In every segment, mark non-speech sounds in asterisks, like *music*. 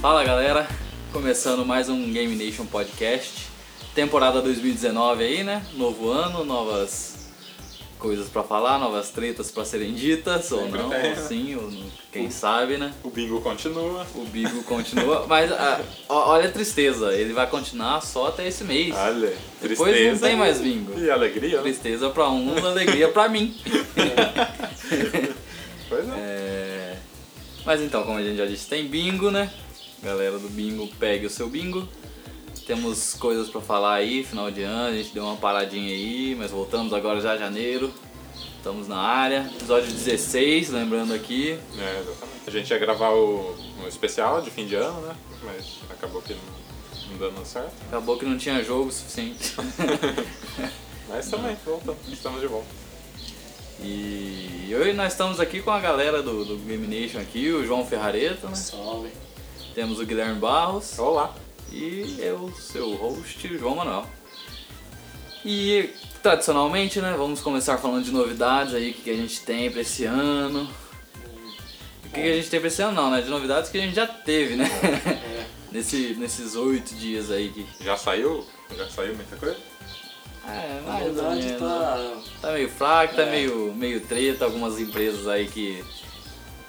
Fala galera, começando mais um Game Nation Podcast, temporada 2019 aí, né? Novo ano, novas coisas pra falar, novas tretas pra serem ditas ou Sempre não, tem, né? sim, ou não, quem sabe, né? O bingo continua. O Bigo continua, mas ah, ó- olha a tristeza, ele vai continuar só até esse mês. Olha, tristeza. Depois não tem mais bingo. E alegria, né? Tristeza pra um, alegria pra mim. Pois é. É, Mas então, como a gente já disse, tem bingo, né? Galera do bingo, pegue o seu bingo. Temos coisas pra falar aí, final de ano, a gente deu uma paradinha aí, mas voltamos agora já janeiro. Estamos na área. Episódio 16, lembrando aqui. É, exatamente. A gente ia gravar o, um especial de fim de ano, né? Mas acabou que não, não dando certo. Acabou que não tinha jogo suficiente. *laughs* Mas também, voltamos. Estamos de volta. e hoje nós estamos aqui com a galera do, do Game Nation aqui, o João Ferrareta, né? Salve. Temos o Guilherme Barros. Olá. E eu, seu host, João Manuel. E tradicionalmente, né, vamos começar falando de novidades aí, o que, que a gente tem pra esse ano. O que, que a gente tem pra esse ano não, né? De novidades que a gente já teve, né? *laughs* Nesse, nesses oito dias aí que. Já saiu? Já saiu muita coisa? É, Na mais ou verdade menos. tá. Tá meio fraco, tá É. meio, meio treta, algumas empresas aí que.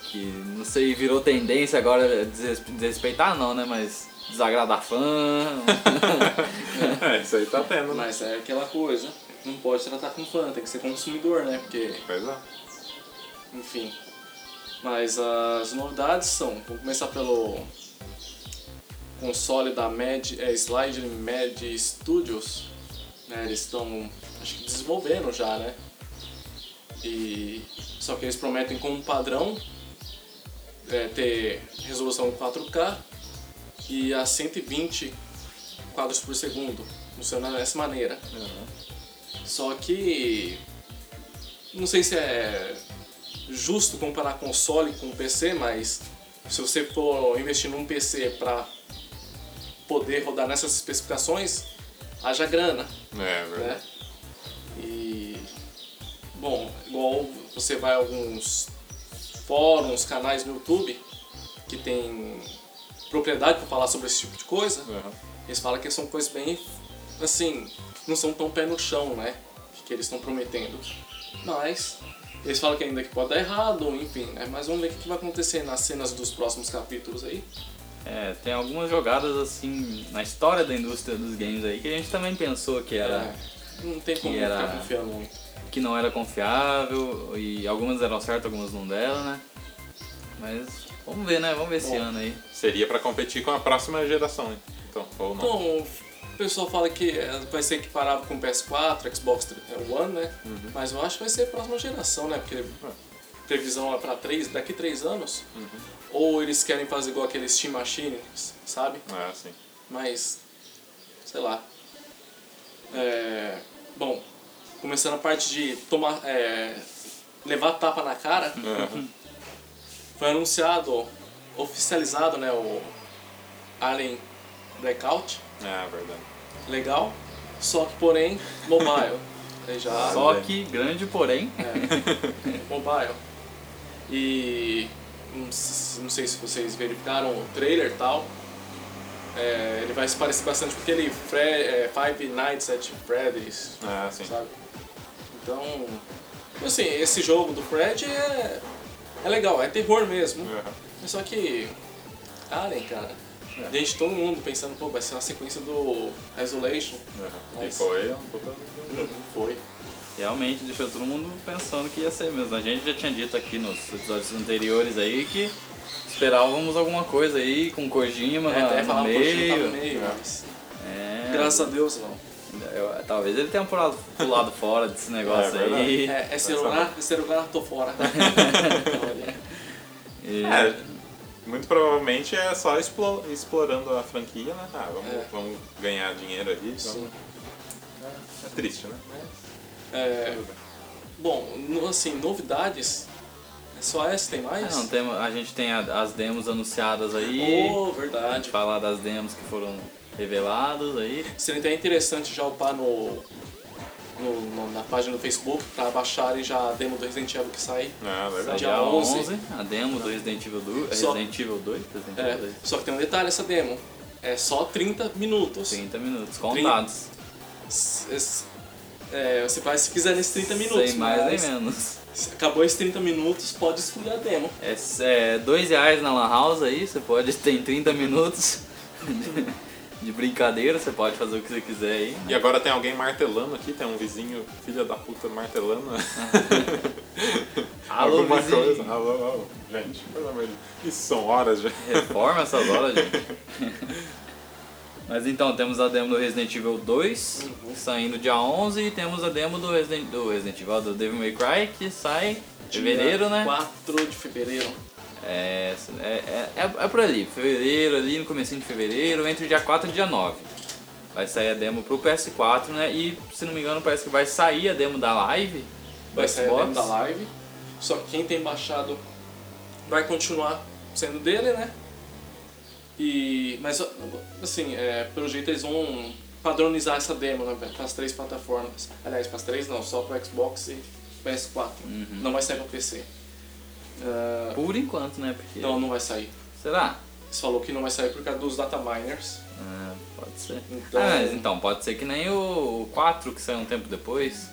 que não sei, virou tendência agora é des- desrespeitar não, né? Mas desagradar fã. *laughs* É, isso aí tá tendo, né? Mas é aquela coisa. Não pode tratar com fã, tem que ser consumidor, né? Porque, Pois é. enfim. Mas as novidades são. Vamos começar pelo console da Mad, é, Slide Mad Studios. né, Eles estão, acho que desenvolvendo já, né? E só que eles prometem como padrão é, ter resolução 4K e a 120 quadros por segundo. Funciona dessa maneira. Só que não sei se é justo comparar console com PC, mas se você for investir num PC para poder rodar nessas especificações, haja grana É, né? verdade. E bom, igual você vai a alguns fóruns, canais no YouTube que tem propriedade para falar sobre esse tipo de coisa, Aham. eles falam que são coisas bem assim, não são tão pé no chão, né? Que eles estão prometendo. Mas eles falam que ainda que pode dar errado, enfim, né? Mas vamos ver o que que vai acontecer nas cenas dos próximos capítulos aí. É, tem algumas jogadas assim na história da indústria dos games aí que a gente também pensou que era É, não tem como que era- ficar confiando muito. que não era confiável e algumas deram certo, algumas não deram, né? Mas vamos ver, né? Vamos ver esse Bom. ano aí. Seria pra competir com a próxima geração, hein? então. Ou não. Bom, o pessoal fala que é, vai ser equiparável com o PS4, Xbox tre- é, One, né? Uhum. Mas eu acho que vai ser a próxima geração, né? Porque previsão é pra três, daqui três anos. Uhum. Ou eles querem fazer igual aquele Steam Machine, sabe? É, sim. Mas, sei lá. É, bom, começando a parte de tomar, é, levar tapa na cara, Aham. foi anunciado, oficializado, né? O Alien Blackout. É, verdade. legal, só que porém, mobile. Aí já. Só bem. que grande, porém, é, mobile. E não s- não sei se vocês verificaram o trailer e tal. É, ele vai se parecer bastante com aquele Fre é, Five Nights at Freddy's, É, sim. sabe? Então, assim, esse jogo do Fred é, é legal, é terror mesmo. Aham. Só que. Alien, cara. Gente, todo mundo pensando, pô, vai ser uma sequência do Isolation. Aham. E Mas- foi um puta- Não *laughs* foi. realmente deixou todo mundo pensando que ia ser mesmo. A gente já tinha dito aqui nos episódios anteriores aí que esperávamos alguma coisa aí com Kojima É, na- até no falar meio, meio. tava no meio, mas. É, Graças a Deus não. eu- talvez ele tenha pulado, pulado fora *laughs* desse negócio É, verdade. aí. É, é celular, é celular, *laughs* tô fora. E- É, muito provavelmente é só explo- explorando a franquia, né? Ah, vamos, É. vamos ganhar dinheiro ali. Sim. Vamos... É triste, né? Mas É, tudo bem. bom, no- assim, novidades. É só essa, tem Ah, mais? não, tem- a gente tem a- as demos anunciadas aí. Oh, A gente verdade. falar das demos que foram reveladas aí. Seria até interessante já upar no. no, no- na página do Facebook pra baixarem já a demo do Resident Evil que sai. Né? Ah, legal. Sai Dia dia 11, 11, a demo do Resident Evil 2, Só- Resident Evil 2, Resident Evil É, 2. só que tem um detalhe essa demo. É só 30 minutos. 30 minutos, contados. S- s- é, você faz se quiser nesses 30 minutos. Sem mais mas nem menos. se Acabou esses 30 minutos, pode excluir a demo. É, s- é dois reais na Lan House aí, você pode *laughs* ter 30 minutos *laughs* de, de brincadeira, você pode fazer o que você quiser aí. E agora tem alguém martelando aqui, tem um vizinho, filha da *laughs* puta, martelando. Alô, Alguma vizinho. coisa. Alô, alô. Gente, pelo amor de Deus. Isso são horas já. Reforma essas horas, gente. *laughs* Mas então, temos a demo do Resident Evil 2, Uhum. saindo dia 11, e temos a demo do Resident, do Resident Evil, do Devil May Cry, que sai em fevereiro, né? 4 de fevereiro. É, é, é, é- é por ali, fevereiro, ali no comecinho de fevereiro, entre o dia 4 e o dia 9. Vai sair a demo pro PS4, né? E se não me engano, parece que vai sair a demo da live. do Vai sair Xbox. É, dentro da live. Só que quem tem baixado vai continuar sendo dele, né? E. Mas assim, é, pelo jeito eles vão padronizar essa demo, né, velho? Para as três plataformas. Aliás, para as três não, só para Xbox e PS4. Uhum. Não vai sair para PC. Ah, Por enquanto, né? Porque. não, não vai sair. Será? Eles falou que não vai sair por causa dos data miners. Ah, pode ser. Então- Ah, mas então, pode ser que nem o, o 4 que saiu um tempo depois.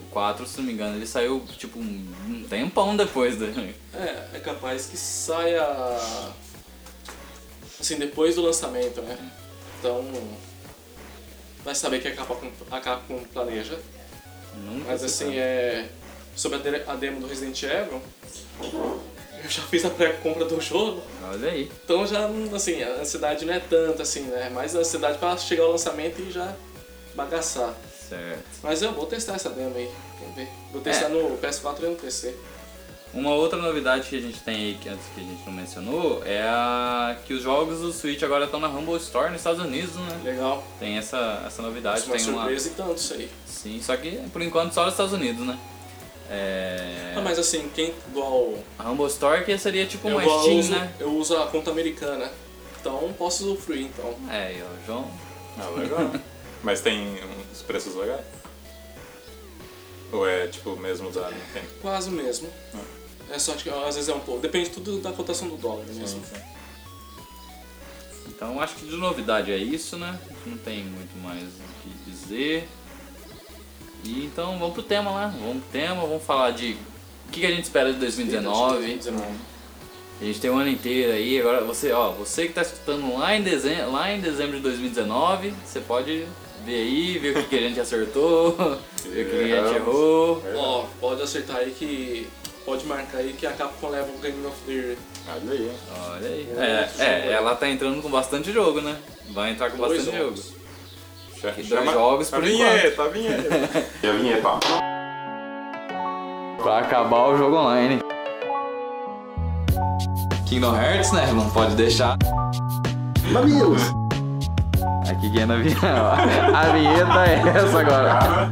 O 4, se não me engano, ele saiu tipo um, um tempão depois. Do... É, é capaz que saia. Assim, depois do lançamento, né? Então. Vai saber que a Capcom, a Capcom planeja. *laughs* Nunca Mas se assim, sabe. é. Sobre a de- a demo do Resident Evil, eu já fiz a pré-compra do jogo, Olha aí. então já, não- assim, a ansiedade não é tanta, assim, né? É mais a ansiedade pra chegar ao lançamento e já bagaçar. Certo. Mas eu vou testar essa demo aí, vamos ver. Vou testar É. no PS4 e no PC. Uma outra novidade que a gente tem aí, que antes que a gente não mencionou, é a... que os jogos do Switch agora estão na Humble Store nos Estados Unidos, né? Legal. Tem essa, essa novidade, Isso é uma Tá, tem uma. surpresa e tanto isso aí. Sim, só que por enquanto só nos Estados Unidos, né? É... Ah, mas assim, quem igual. A Humble Store que seria tipo Eu, uma igual Steam, uso, né? eu uso a conta americana. Então posso usufruir então. É, e o João. Ah, *laughs* legal. Mas tem uns preços legais? Ou é tipo mesmo da Nintendo? Quase o mesmo. É só que ó, às vezes é um pouco. Depende tudo da cotação do dólar mesmo. Então acho que de novidade é isso, né? Não tem muito mais o que dizer. E então vamos pro tema lá, vamos pro tema, vamos falar de o que que a gente espera de 2019. 19. A gente tem um ano inteiro aí, agora você, ó, você que tá escutando lá em dezembro, lá em dezembro de 2019, você pode ver aí, ver o que que a gente *laughs* acertou, ver o que que a gente errou. Ó, pode acertar aí que. Pode marcar aí que a Capcom leva o Game of the Year. Olha aí. Olha aí. É, é, ela tá entrando com bastante jogo, né? Vai entrar com Dois bastante jogo. jogos. Cha- dois jogos a por vinheta, a vinheta. e a vinheta. Pra acabar o jogo online. Kingdom Hearts, né? Não pode deixar. Mamilos. Aqui quem é na vinheta. *laughs* A vinheta é essa agora.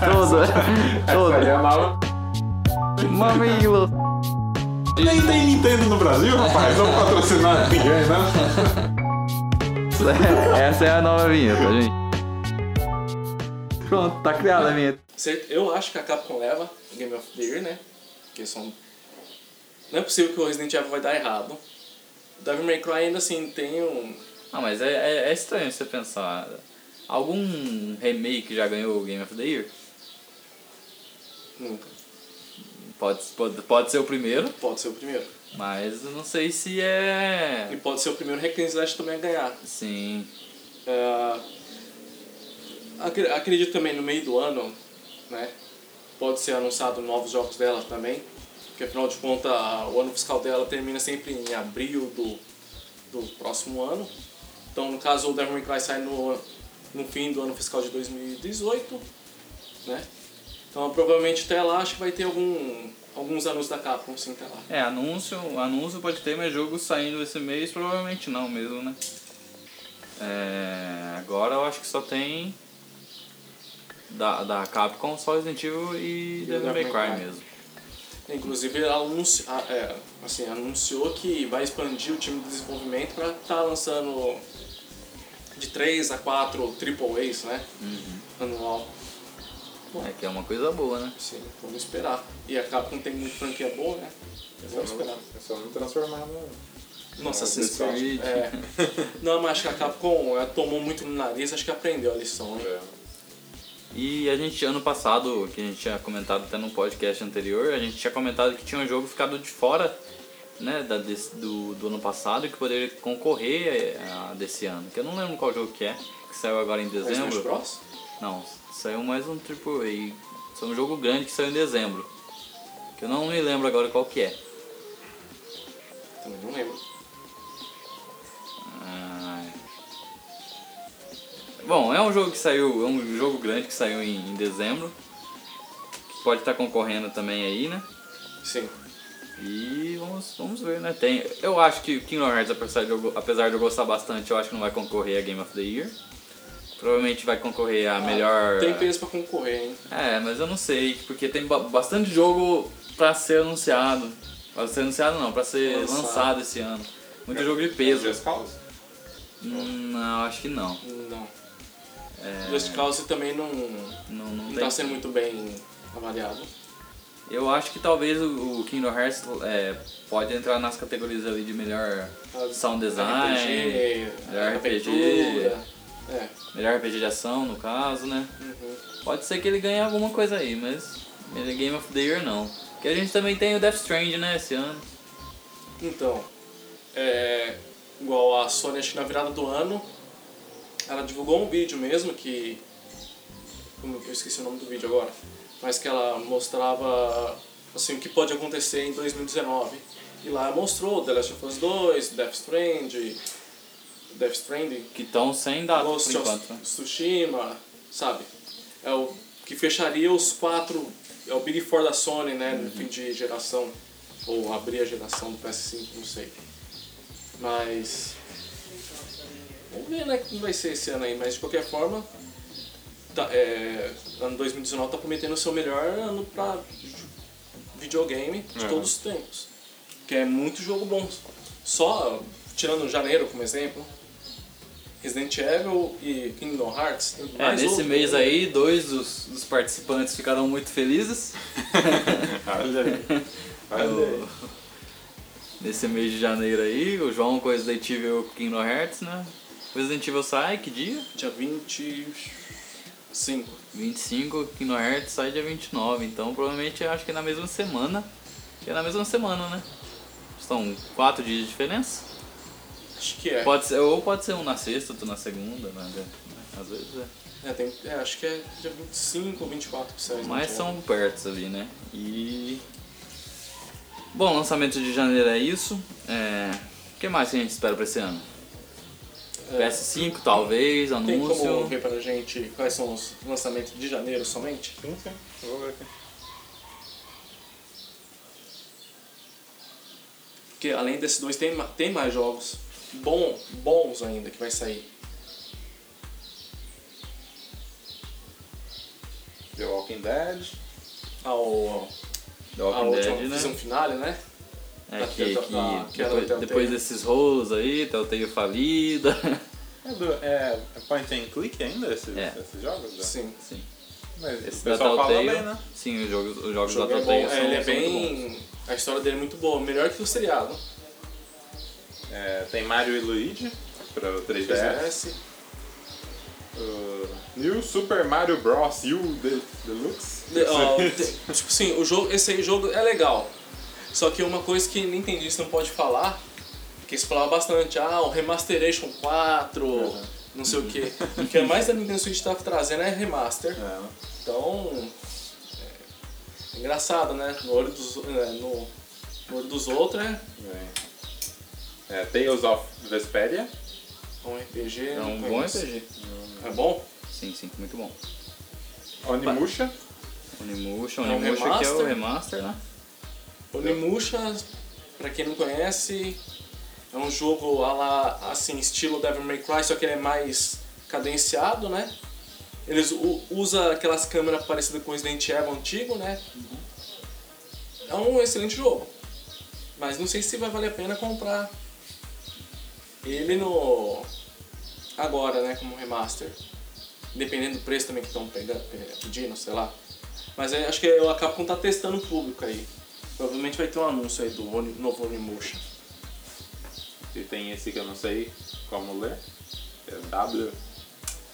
Todo. Todo. Mamilo. *laughs* Nem tem Nintendo no Brasil, rapaz. Não *laughs* patrocinar ninguém, né? *laughs* Essa é a nova vinheta, gente. Pronto, tá criada a vinheta. Cer- Eu acho que a Capcom leva o Game of the Year, né? Porque são. Não é possível que o Resident Evil vai dar errado. Devil May Cry ainda assim tem um. Ah, mas é, é- é estranho você pensar. Algum remake já ganhou o Game of the Year? Nunca. Pode, pode, pode ser o primeiro, Pode ser o primeiro. mas eu não sei se E é. assim, pode ser o primeiro Hack and Slash também a ganhar. Sim. É, acre- acredito também no meio do ano, né? Pode ser anunciado novos jogos dela também. Porque afinal de contas o ano fiscal dela termina sempre em abril do, do próximo ano. Então no caso o Devil May Cry sai no, no fim do ano fiscal de 2018, né? Então provavelmente até lá acho que vai ter algum, alguns anúncios da Capcom sim até lá. É, anúncio, anúncio pode ter, mas jogo saindo esse mês provavelmente não mesmo, né? É, agora eu acho que só tem. Da, da Capcom, só Resident Evil e Devil May Cry mesmo. Inclusive, ela anunci- a- é, assim, anunciou que vai expandir o time de desenvolvimento para estar lançando Uhum. de 3 a 4 triple A's, né? Anual. É que é uma coisa boa, né? Sim, Assim, vamos esperar. E a Capcom tem muita franquia boa, né? Vamos esperar. É só não transformar no. Nossa, no Assassin's Ubisoft. Creed. É. Não, mas acho que a Capcom ela tomou muito no nariz, acho que aprendeu a lição, né? É. E a gente, ano passado, que a gente tinha comentado até no podcast anterior, a gente tinha comentado que tinha um jogo ficado de fora né, da, desse- do, do ano passado que poderia concorrer a, desse ano. Que eu não lembro qual jogo que é, que saiu agora em Mas Smash dezembro. Bros? Não, saiu mais um AAA. Foi um jogo grande que saiu em dezembro. Que eu não me lembro agora qual que é. Também não lembro. Ai. Ah. Bom, é um jogo que saiu, é um jogo grande que saiu em, em dezembro. Que pode estar concorrendo também aí, né? Sim. E vamos, vamos ver, né? Tem, eu acho que o Kingdom Hearts, apesar de, eu, go- apesar de eu gostar bastante, eu acho que não vai concorrer a Game of the Year. Provavelmente vai concorrer a melhor. Ah, Tem peso pra concorrer, hein? É, mas eu não sei, porque tem ba- bastante jogo pra ser anunciado. Pra ser anunciado não, pra ser Lançado. É. lançado, esse ano. Muito jogo de peso. Just Cause? Hum, Não, acho que não. Não. É, Just Cause também não, não, não não tem. tá sendo muito bem avaliado. Eu acho que talvez o, o Kingdom Hearts é, pode entrar nas categorias ali de melhor sound design. RPG, melhor RPG. abertura. É. Melhor RPG de ação, no caso, né? Uhum. Pode ser que ele ganhe alguma coisa aí, mas ele é Game of the Year não. Porque a gente também tem o Death Strand, né, esse ano. Então, é, igual a Sony, acho que na virada do ano, ela divulgou um vídeo mesmo que. como Eu esqueci o nome do vídeo agora. Mas que ela mostrava assim, o que pode acontecer em 2019. E lá mostrou The Last of Us 2, Death Stranding, Death Stranding, Que estão sem data por Ghost enquanto, né? of Tsushima, sabe? É o que fecharia os quatro, é o Big Four da Sony, né, Uhum. no fim de geração, ou abrir a geração do PS5, não sei. Mas... Vamos ver, né, como vai ser esse ano aí, mas de qualquer forma, tá, é, ano 2019 tá prometendo ser o melhor ano pra ju- videogame de É. todos os tempos. Que é muito jogo bom. Só, tirando janeiro como exemplo, Resident Evil e Kingdom Hearts. É, mais um nesse outro. mês aí, dois dos, dos participantes ficaram muito felizes. Olha aí. Olha aí. O- *laughs* Nesse mês de janeiro aí, o João com Resident Evil Kingdom Hearts, né? O Resident Evil sai, que dia? Dia 25. 25, Kingdom Hearts sai dia 29, então provavelmente eu acho que é na mesma semana. Que é na mesma semana, né? São quatro dias de diferença. Acho que é. Pode ser, ou pode ser um na sexta, outro na segunda, né? Às vezes é. É, tem- é, acho que é dia 25 ou 24 que sai. Mas Resident são perto ali, né? E. Bom, lançamento de janeiro é isso. É, O que mais que a gente espera pra esse ano? Evil. É, PS5 talvez, Tem como anúncio. ver pra gente quais são os lançamentos de janeiro somente? Sim, sim. Eu Vou ver aqui. Porque além desses dois tem, ma- tem mais jogos bom, bons ainda que vai sair. The Walking Dead. Ao, The a Walking última Dead, né? visão finale, né? É da- que, da- que da- que depois, era da Telltale. depois desses rolos aí, Telltale falida. *laughs* É, do, é point and click ainda esses, É. esses jogos? né? Sim. Sim. Mas Esse o da pessoal fala Telltale. bem, né? Sim, os jogos, os jogos O da jogo é bom, Telltale são, ele é são muito bons. bem. A história dele é muito boa, melhor que o seriado. É, tem Mario e Luigi para o 3DS. PS. O New Super Mario Bros. U De- Deluxe. De- *laughs* ó, te- tipo assim, o jogo, esse aí, jogo é legal. Só que uma coisa que Nintendista não pode falar, que eles falavam bastante, ah, o Remasteration 4, não sei o quê. O que é mais da Nintendo Switch tá trazendo é remaster. É, Então. É, é engraçado, né? No olho dos, é, no, no olho dos outros é bem. É, Tales of Vesperia. um RPG. É um não bom conheço. RPG. É bom? Sim, sim, muito bom. Onimusha. Onimusha, É um Onimusha que é o remaster. remaster, né? Onimusha, pra quem não conhece, é um jogo a la, assim, estilo Devil May Cry, só que ele é mais cadenciado, né? Eles u- usa aquelas câmeras parecidas com o Resident Evil antigo, né? É um excelente jogo. Mas não sei se vai valer a pena comprar ele no agora, né, como remaster. dependendo do preço também que estão pegando, pe- pedindo, sei lá. Mas aí, acho que eu acabo com tá testando o público aí. Provavelmente vai ter um anúncio aí do Oni- novo Onimusha. E tem esse que eu não sei como ler. É W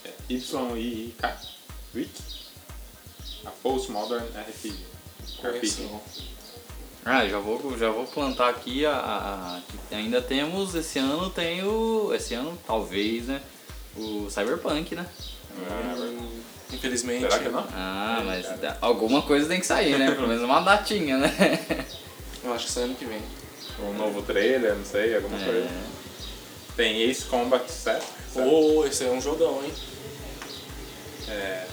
é Y I I K Wiki. A Postmodern RPG. Conheço, RPG. não. Ah, já vou, já vou plantar aqui a, a- a- que ainda temos, esse ano tem o. Esse ano talvez, né? O Cyberpunk, né? Ah, Infelizmente. Será que não? Ah, É, mas cara. da- alguma coisa tem que sair, né? Pelo menos uma datinha, *laughs* né? Eu acho que sai ano que vem. Um novo trailer, não sei, alguma coisa. É. Tem Ace Combat 7. Ô, esse aí é um jogão, hein? É,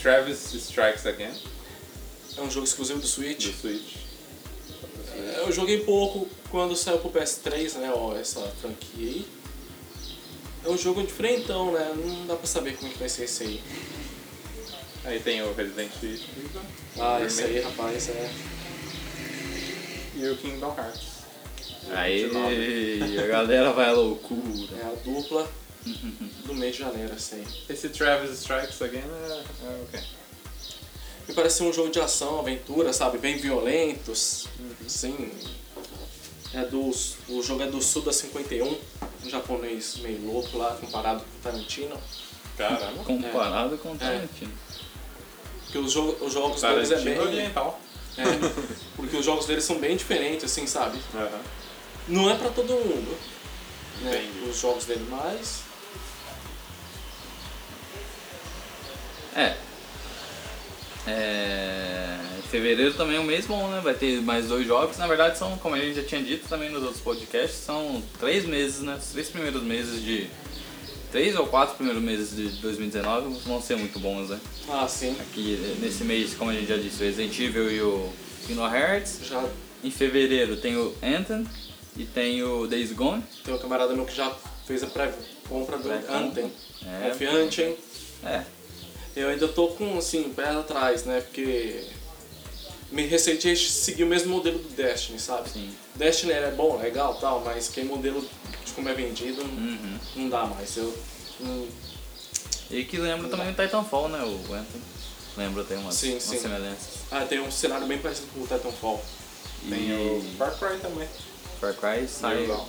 Travis Strikes Again, É um jogo exclusivo do do Switch. Switch. É, Eu joguei pouco quando saiu pro PS3, né? Ó, essa franquia aí. É um jogo diferentão, né? Não dá pra saber como que vai ser esse aí. Aí tem o Resident Evil Ah, esse aí, rapaz, é. e o Kingdom Hearts. Aí a galera vai à loucura. É a dupla do mês de janeiro, esse aí. Esse Travis Strikes Again é, é o quê? Me parece um jogo de ação, aventura, sabe? Bem violentos. Sim. É do, o jogo é do sul da 51, um japonês meio louco lá, comparado com o Tarantino. Caramba. Comparado com É. o Tarantino. Porque os, jogo, os jogos deles é Tarantino bem. Oriental. é, porque os jogos deles são bem diferentes, assim, sabe? Aham. Não é pra todo mundo. Né? Entendi. Os jogos dele, mas. É. É. Fevereiro também é um mês bom, né? Vai ter mais dois jogos. Na verdade, são, como a gente já tinha dito também nos outros podcasts, são três meses, né? Os três primeiros meses de. Três ou quatro primeiros meses de 2019 vão ser muito bons, né? Ah, sim. Aqui nesse mês, como a gente já disse, o Resident Evil e o Kingdom Hearts. Já Em fevereiro tem o Anthem e tem o Days Gone. tem um camarada meu que já fez a pré-compra do Pré-compra. Anthem. É. Confiante, hein? É. Eu ainda tô com, assim, pé atrás, né? Porque me receio de seguir o mesmo modelo do Destiny, sabe? Sim. Destiny era bom, legal tal, mas que modelo de como é vendido não- Uhum. não dá mais. Eu, hum, não- E que lembra também o Titanfall, né? O Anthem. Lembra, tem umas, Sim, umas sim. semelhanças. ah, tem um cenário bem parecido com o Titanfall. Tem E o Far Cry também. Far Cry sai. Legal.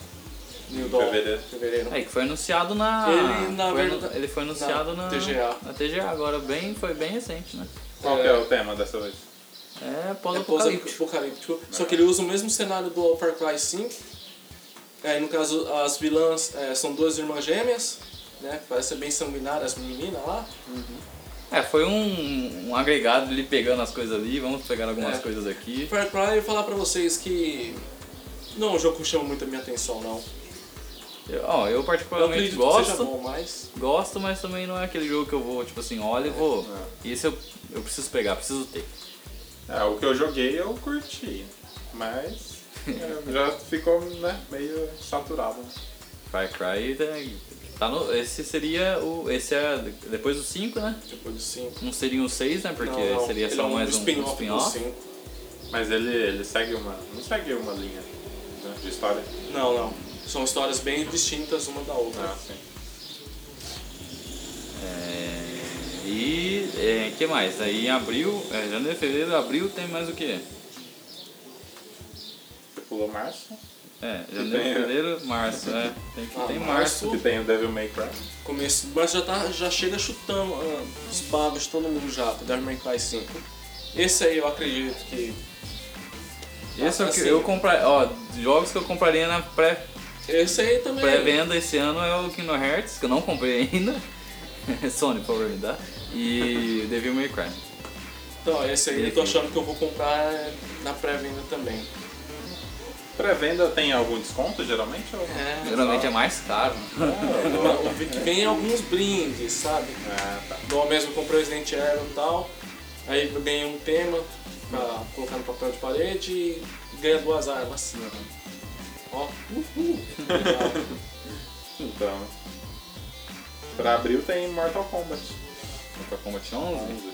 New Em Dawn, fevereiro. fevereiro. É, que foi anunciado na. Ele, na foi verdade, ele foi anunciado na, na TGA. Na TGA, agora bem, foi bem recente, né? Qual que é o tema dessa vez? É É pós-apocalíptico. pós-apocalíptico. Só que ele usa o mesmo cenário do Far Cry 5. Aí, no caso, as vilãs eh, são duas irmãs gêmeas, né? Parece ser bem sanguinárias, as meninas lá. É, foi um, um agregado ele pegando as coisas ali, vamos pegar algumas É. coisas aqui. Far Cry, eu vou falar pra vocês que não é um jogo que chama muito a minha atenção, não. Eu, ó, eu Eu particularmente acredito que seja gosto, bom, mas gosto, mas também não é aquele jogo que eu vou, tipo assim, É, olha e vou. Esse eu, eu preciso pegar, preciso ter. É, o que eu joguei eu curti, mas *laughs* é, já ficou né, meio saturado. né? Far Cry tá, tá no. Esse seria o. Esse é depois do 5, né? depois do 5. Não seriam os 6, né? Porque não, não. seria Ele só é um mais um spin-off spin-off. do 5. Mas ele, ele segue uma. não segue uma linha né, de história. Não, não. São histórias bem distintas uma da outra. Ah, sim. É, e é, que mais? Aí em abril, é, janeiro, fevereiro, abril tem mais o que? Você pulou março, É, tem, é. janeiro, fevereiro, março, é. Tem, que, Ah, tem março. que tem o Devil May Cry. Começo, mas já, tá, já chega chutando ah, os bagos de todo mundo já, pro Devil May Cry 5. Esse aí eu acredito que Esse é o que assim. eu comprar, ó, jogos que eu compraria na pré, Esse aí também. pré-venda esse ano é o Kingdom Hearts, que eu não comprei ainda. *laughs* Sony, por favor, me dá. E Devil May Cry. Então, esse aí eu tô achando que eu vou comprar na pré-venda também. Pré-venda tem algum desconto geralmente? Ou... É. Geralmente é mais caro. *laughs* Ah, Eu vi que vem alguns brindes, sabe? ah, tá. Igual Então, mesmo comprei o Resident Evil e tal. Aí eu ganhei um tema pra colocar no papel de parede e ganha duas armas. Ó, uhul! Legal. Então. Pra abril tem Mortal Kombat. Mortal Kombat 11.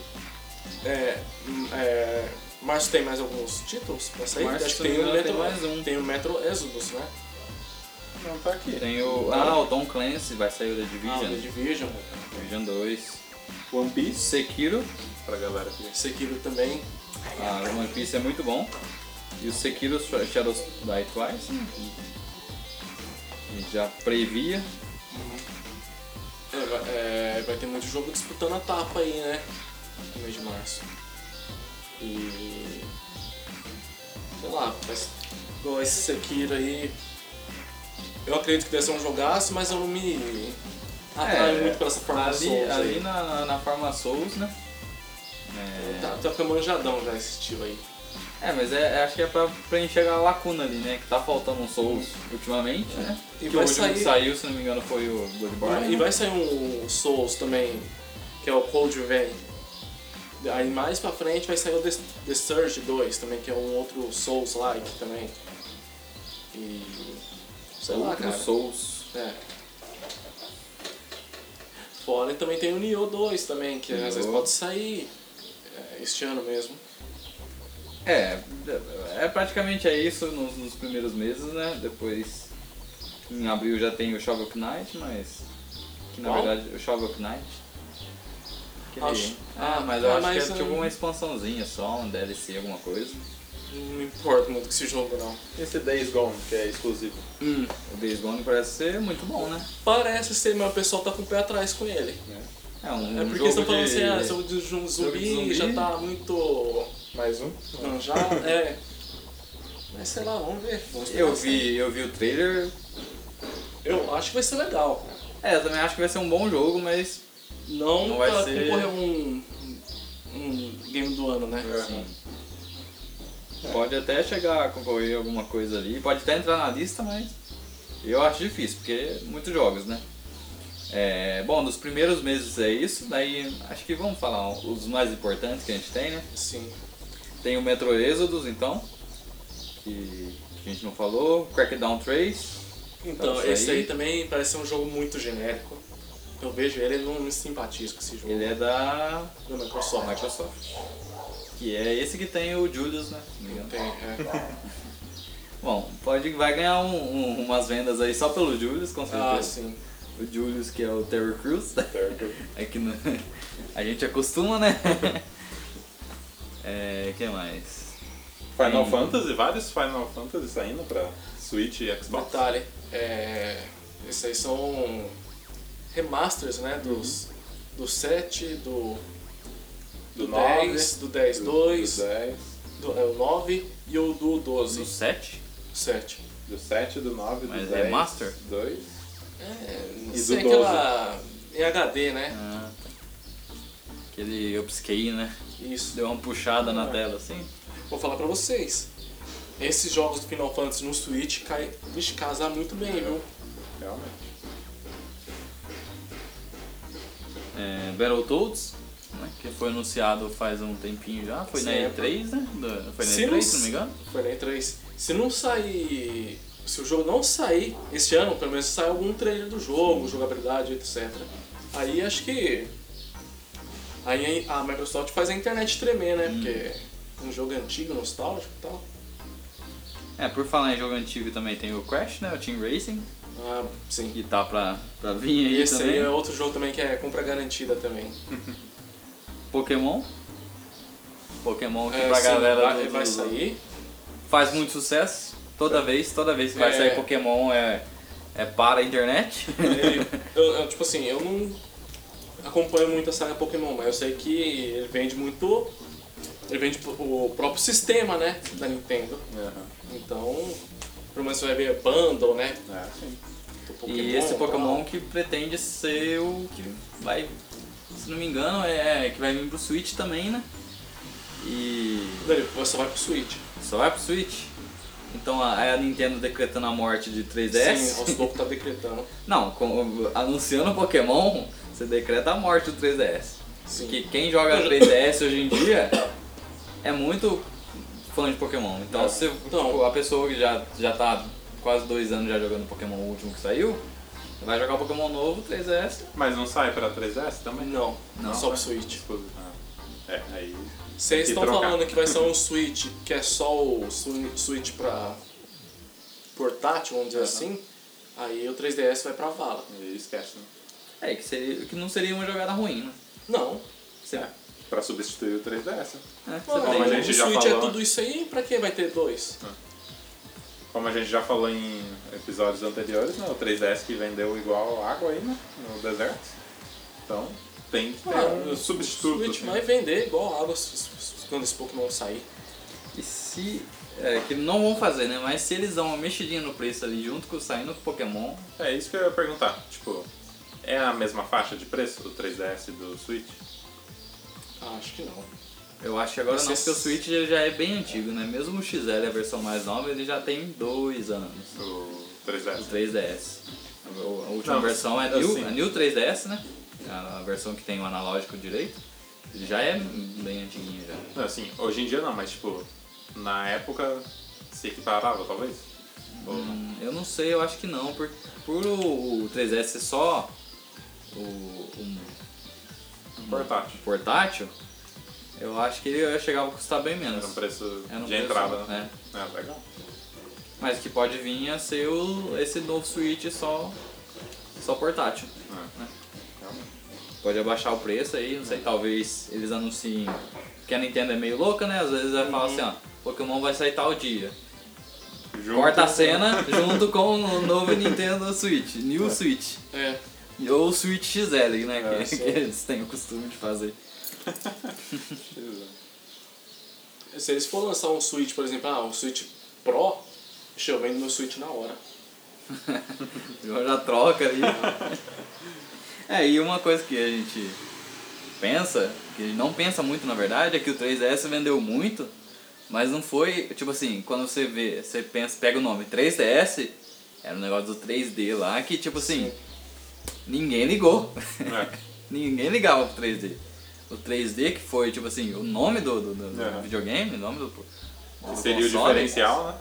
é, hum, é, Março tem mais alguns títulos pra sair? Março, Acho que se tem não o me engano, Metro, tem mais um. Tem o Metro Exodus, né? Não tá aqui. Tem o. Ah, o Tom Clancy, vai sair o The Ah, o Division. The Division. Division 2. One Piece, Sekiro. pra galera que Sekiro também. Ah, One Piece é muito bom. E o Sekiro Sh- Shadows Die Twice. né, que A gente já previa. É, vai- é, vai ter muito jogo disputando a tapa aí, né? No mês de março. E. Sei lá, mas. Igual esse Sekiro aí. Eu acredito que deve ser um jogaço, mas eu não me. Atrai É, muito pra essa forma ali, Souls ali aí. na, na, na Farma Souls, né? É, Tá, tá ficando manjadão já esse estilo aí. é, mas é, é- acho que é pra preencher a lacuna ali, né? Que tá faltando um Souls ultimamente, né? É. E que o vai último que sair- saiu, se não me engano, foi o Bloodborne. E vai sair um Souls também, que é o Cold Vein. Aí mais pra frente vai sair o The, The Surge 2 também, que é um outro Souls-like também. E. Sei lá, Outro cara. Souls. É. Fora também tem o Nioh 2 também, que às vezes Nioh. pode sair é, este ano mesmo. É, é praticamente é isso nos, nos primeiros meses, né? Depois, em abril já tem o Shovel Knight, mas... Que na Qual? verdade, o Shovel Knight... Aquele- Acho- Ah, ah, mas eu ah, acho mas, que é tipo hum. uma expansãozinha só, um DLC, alguma coisa. Não importa muito com esse jogo não. Esse Days Gone, que é exclusivo. O Days Gone parece ser muito bom, né? Parece ser, mas o pessoal tá com o pé atrás com ele. É um É porque jogo eles estão falando de... assim, ah, esse jogo de zumbi, jogo de zumbi. já tá muito Mais um? manjado, é. Mas sei lá, vamos ver. Vamos Eu esperar sair. vi, eu vi o trailer. Eu acho que vai ser legal. É, eu também acho que vai ser um bom jogo, mas Não, Não vai pra ser- concorrer um, um game do ano, né? assim, pode até chegar a concorrer alguma coisa ali. Pode até entrar na lista, mas eu acho difícil, porque muitos jogos, né? É, bom, nos primeiros meses é isso, daí acho que vamos falar um, os mais importantes que a gente tem, né? Sim. Tem o Metro Exodus, então, que a gente não falou, Crackdown 3, Então, Então, esse aí- aí também parece ser um jogo muito genérico. Eu vejo ele e não me simpatizo com esse jogo ele é da da Microsoft. Microsoft. Que é esse que tem o Julius, né? Se não me engano. Tem, é. Bom, pode vai ganhar um- um- umas vendas aí só pelo Julius, com *laughs* Ah, certeza. sim. o Julius que é o Terry Crews, *laughs* Certo. é que não- *laughs* a gente acostuma, né? *laughs* é, que mais? Final Tem- Fantasy, vários Final Fantasy saindo pra Switch e Xbox. Detalhe, é, esses aí são remasters, né? Dos, do 7, do, Do 10, 10, do 10, 2, Do 10, do, é, o 9 e o do No 12, 7? 7. do 7, do 9, do Mas 10. é master? 2. É, não E sei, do aquela em HD, né? Ah, tá. Aquele obscure, né? Isso. Deu uma puxada na tela assim. Vou falar pra vocês. Esses jogos do Final Fantasy no Switch cai, vixe, casar muito bem, viu? Realmente. É, Battletoads, né? que foi anunciado faz um tempinho já. Foi na Sim, é. E3, né? Do- Foi na Se E3, não- se não me engano. Foi na E3. Se não sair. Se o jogo não sair este ano, pelo menos sai algum trailer do jogo, jogabilidade, etc. Aí acho que. Aí a Microsoft faz a internet tremer, né? Porque é um jogo antigo, nostálgico e tal. É, por falar em jogo antigo também tem o Crash, né? O Team Racing, Ah, sim. que tá pra, pra vir aí E esse aí também. é outro jogo também que é compra garantida também. Pokémon. Pokémon que É, pra sim, galera vai, do- vai do- *laughs* sair. faz muito sucesso. Toda vez, toda vez que vai É. sair Pokémon é, é para a *laughs* internet. Ele- eu, eu, tipo assim, eu não acompanho muito a saga Pokémon, mas eu sei que ele vende muito. Ele vende o próprio sistema, né? Da Nintendo. Aham. Então, pelo menos você vai ver bundle, né? É, sim. do e esse tal. Pokémon que pretende ser o que vai, se não me engano, é que vai vir pro Switch também, né? E Ele só vai pro Switch. só vai pro Switch. Então a, a Nintendo decretando a morte de 3DS. Sim, aos poucos tá decretando. Não, com- anunciando Pokémon, você decreta a morte do 3DS. Sim. Que quem joga 3DS hoje em dia é muito fã de Pokémon. Então, É. se Então. tipo, a pessoa que já, já tá quase dois anos já jogando Pokémon, o último que saiu, vai jogar Pokémon novo, 3DS. Mas não sai pra 3S também? né? Não, Não. né? não, só pro Switch. Ah, É, aí. Vocês que estão trocar. falando que vai ser um Switch que é só o su- Switch pra portátil, vamos dizer assim. Aí o 3DS vai pra vala. aí Esquece, né? É, que, seria, que não seria uma jogada ruim, né? Não. Você, É, pra substituir o 3DS. é, você Mano, Como a tem. o gente já Switch é falou. né? tudo isso aí, pra que vai ter dois? Como a gente já falou em episódios anteriores, né? O 3DS que vendeu igual água aí, né? No deserto. Então, tem que ter Ah, um o substituto. Switch assim. vai vender igual água se- se- se- quando esse Pokémon sair. E se. É, que não vão fazer, né? Mas se eles dão uma mexidinha no preço ali junto com saindo com o Pokémon, É isso que eu ia perguntar. Tipo, é a mesma faixa de preço do 3DS e do Switch? Ah, acho que não. eu acho que agora não, Vocês- porque o Switch ele já é bem antigo, né? Mesmo o XL, a versão mais nova, ele já tem dois anos. O O 3DS? 3DS. A, a última Não, versão é eu new, sim. a new 3DS, né? A, a versão que tem o analógico direito. Ele Já é bem antiguinho já. Não, assim, hoje em dia não, mas tipo, na época se equiparava, talvez? Ou não? Hum, eu não sei, eu acho que não, por, por o, o 3DS ser só o, um Portátil. portátil, eu acho que ele chegava a custar bem menos. Era um preço Era um de preço, entrada, né? né? É, legal. Mas que pode vir a ser o, esse novo Switch só, só portátil. É. Realmente. Pode abaixar o preço aí, não sei, talvez eles anunciem. Porque a Nintendo é meio louca, né? Às vezes ela fala assim, ó, Pokémon vai sair tal dia. Uhum. Junto Corta a com- cena *laughs* junto com o novo Nintendo Switch, New Switch. É, Ou o Switch XL, né? É, que, sim. que eles têm o costume de fazer. se eles for lançar um Switch, por exemplo, ah, um Switch Pro, deixa eu vendo meu Switch na hora. Agora já troca ali. *laughs* é, e uma coisa que a gente pensa, que a gente não pensa muito na verdade, é que o 3DS vendeu muito, mas não foi, tipo assim, quando você vê, você pensa, pega o nome 3DS, era um negócio do 3D lá, que tipo assim, ninguém ligou. É. *laughs* Ninguém ligava pro 3D. O 3D que foi, tipo assim, o nome do, do- do- do É. videogame, o nome do. do Seria o console, diferencial, né?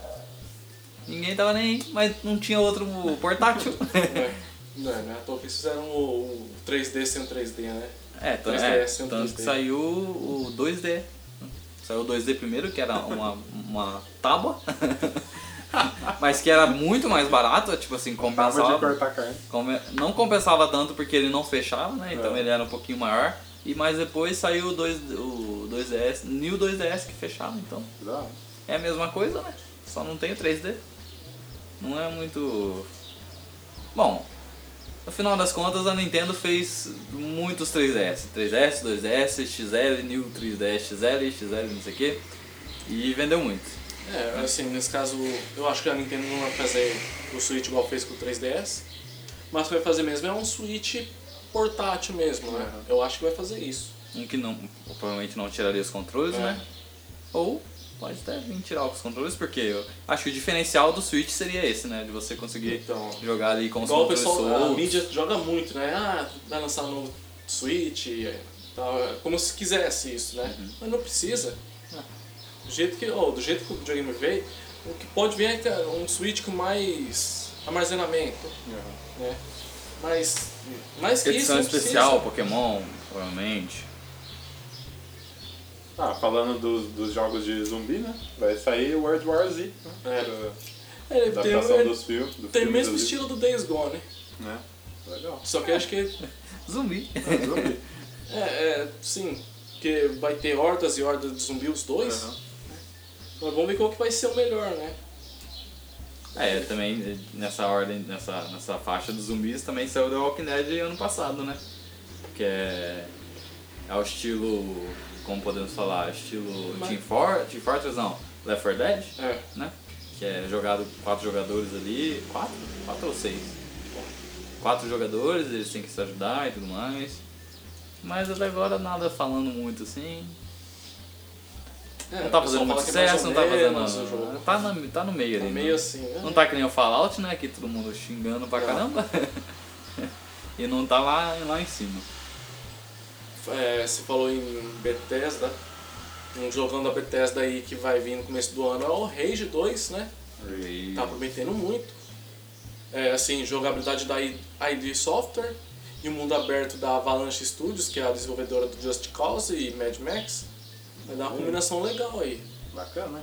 Ninguém tava nem, aí, mas não tinha outro portátil. *laughs* É. Não, é, não é à toa que eles fizeram o, o 3D sem o 3D, né? é, tanto, 3DS, é, um tanto que 3D. saiu o 2D. Saiu o 2D primeiro, que era uma, uma tábua. *laughs* mas que era muito mais barato, tipo assim, Forma de compensava. cortar carne. come- não compensava tanto porque ele não fechava, né? Então É. ele era um pouquinho maior. E mas depois saiu o 2, o 2DS, New 2DS que fechava, então. Bizarro. É a mesma coisa, né? Só não tem o 3D. Não é muito. Bom, no final das contas a Nintendo fez muitos 3DS. 3DS, 2DS, XL, New 3DS, XL, XL, não sei o que. E vendeu muito. É, assim, nesse caso, eu acho que a Nintendo não vai fazer o Switch igual fez com o 3DS, mas vai fazer mesmo é um Switch portátil mesmo, né? Uhum. Eu acho que vai fazer isso. Um que não. Provavelmente não tiraria os controles, É. né? Ou pode até vir tirar os controles, porque eu acho que o diferencial do Switch seria esse, né? De você conseguir Então, jogar ali com os igual o controles pessoal, a soltos. mídia joga muito, né? Ah, vai lançar um novo Switch, é, tal, é, como se quisesse isso, né? Mas não precisa. Do jeito que, ó, do jeito que o videogame veio, o que pode vir é que, é, um Switch com mais armazenamento, né? Mas, mais que isso, Edição não especial, Pokémon, provavelmente. Ah, falando dos, dos jogos de zumbi, né? Vai sair World War Z. Né? É. Era precisa. Ele tem, um Adaptação ele dos filmes. Do tem o filme mesmo do- estilo do Days Gone, Né? *laughs* Legal. só que eu acho que Zumbi. É, zumbi. é, é, sim, que vai ter hordas e hordas de zumbi os dois. Aham. Mas vamos ver qual que vai ser o melhor, né? *laughs* É, também nessa ordem, nessa, nessa faixa dos zumbis também saiu The Walking Dead ano passado, né? Que é. É o estilo. Como podemos falar? é Estilo Mas- Team, For Team Fortress, não. Left 4 Dead, É. né? Que é jogado quatro jogadores ali. Quatro? Quatro ou seis? Quatro jogadores, eles têm que se ajudar e tudo mais. Mas até agora nada falando muito assim. É, Não o tá pessoal fazendo muito fala que é mais sucesso, ou não tá menos o jogo. fazendo. Tá, na, tá no meio Tá ali. meio né? assim, né? Não tá que nem o Fallout, né? Que todo mundo xingando pra É. caramba. *laughs* e não tá lá, lá em cima. É, você falou em Bethesda, um jogão da Bethesda aí que vai vir no começo do ano é o Rage 2, né? Tá prometendo muito. É, assim, jogabilidade da ID Software e o mundo aberto da Avalanche Studios, que é a desenvolvedora do Just Cause e Mad Max. Vai dar uma combinação legal aí. Bacana, né?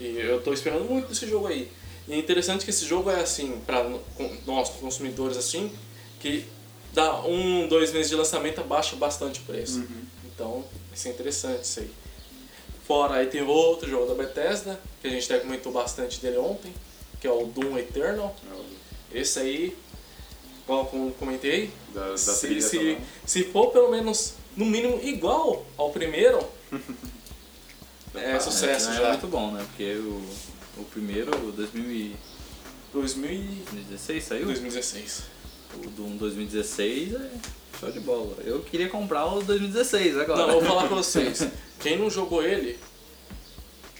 E eu tô esperando muito desse jogo aí. E é interessante que esse jogo é assim, pra no- com- nós consumidores assim, que dá um, dois meses de lançamento, abaixa bastante o preço. Uhum. Então, isso é interessante isso aí. Fora aí tem outro jogo da Bethesda, que a gente até comentou bastante dele ontem, que é o Doom Eternal. É o Esse aí, igual como comentei, Da, da se, trilha se, sonora. se for pelo menos, no mínimo, igual ao *laughs* primeiro, é Tá, sucesso é, já. É muito bom, né? Porque o, o primeiro, o 2016 saiu? 2016. O um Doom 2016 é show de bola. Eu queria comprar o 2016 agora. Não, eu vou falar pra vocês. Quem não jogou ele,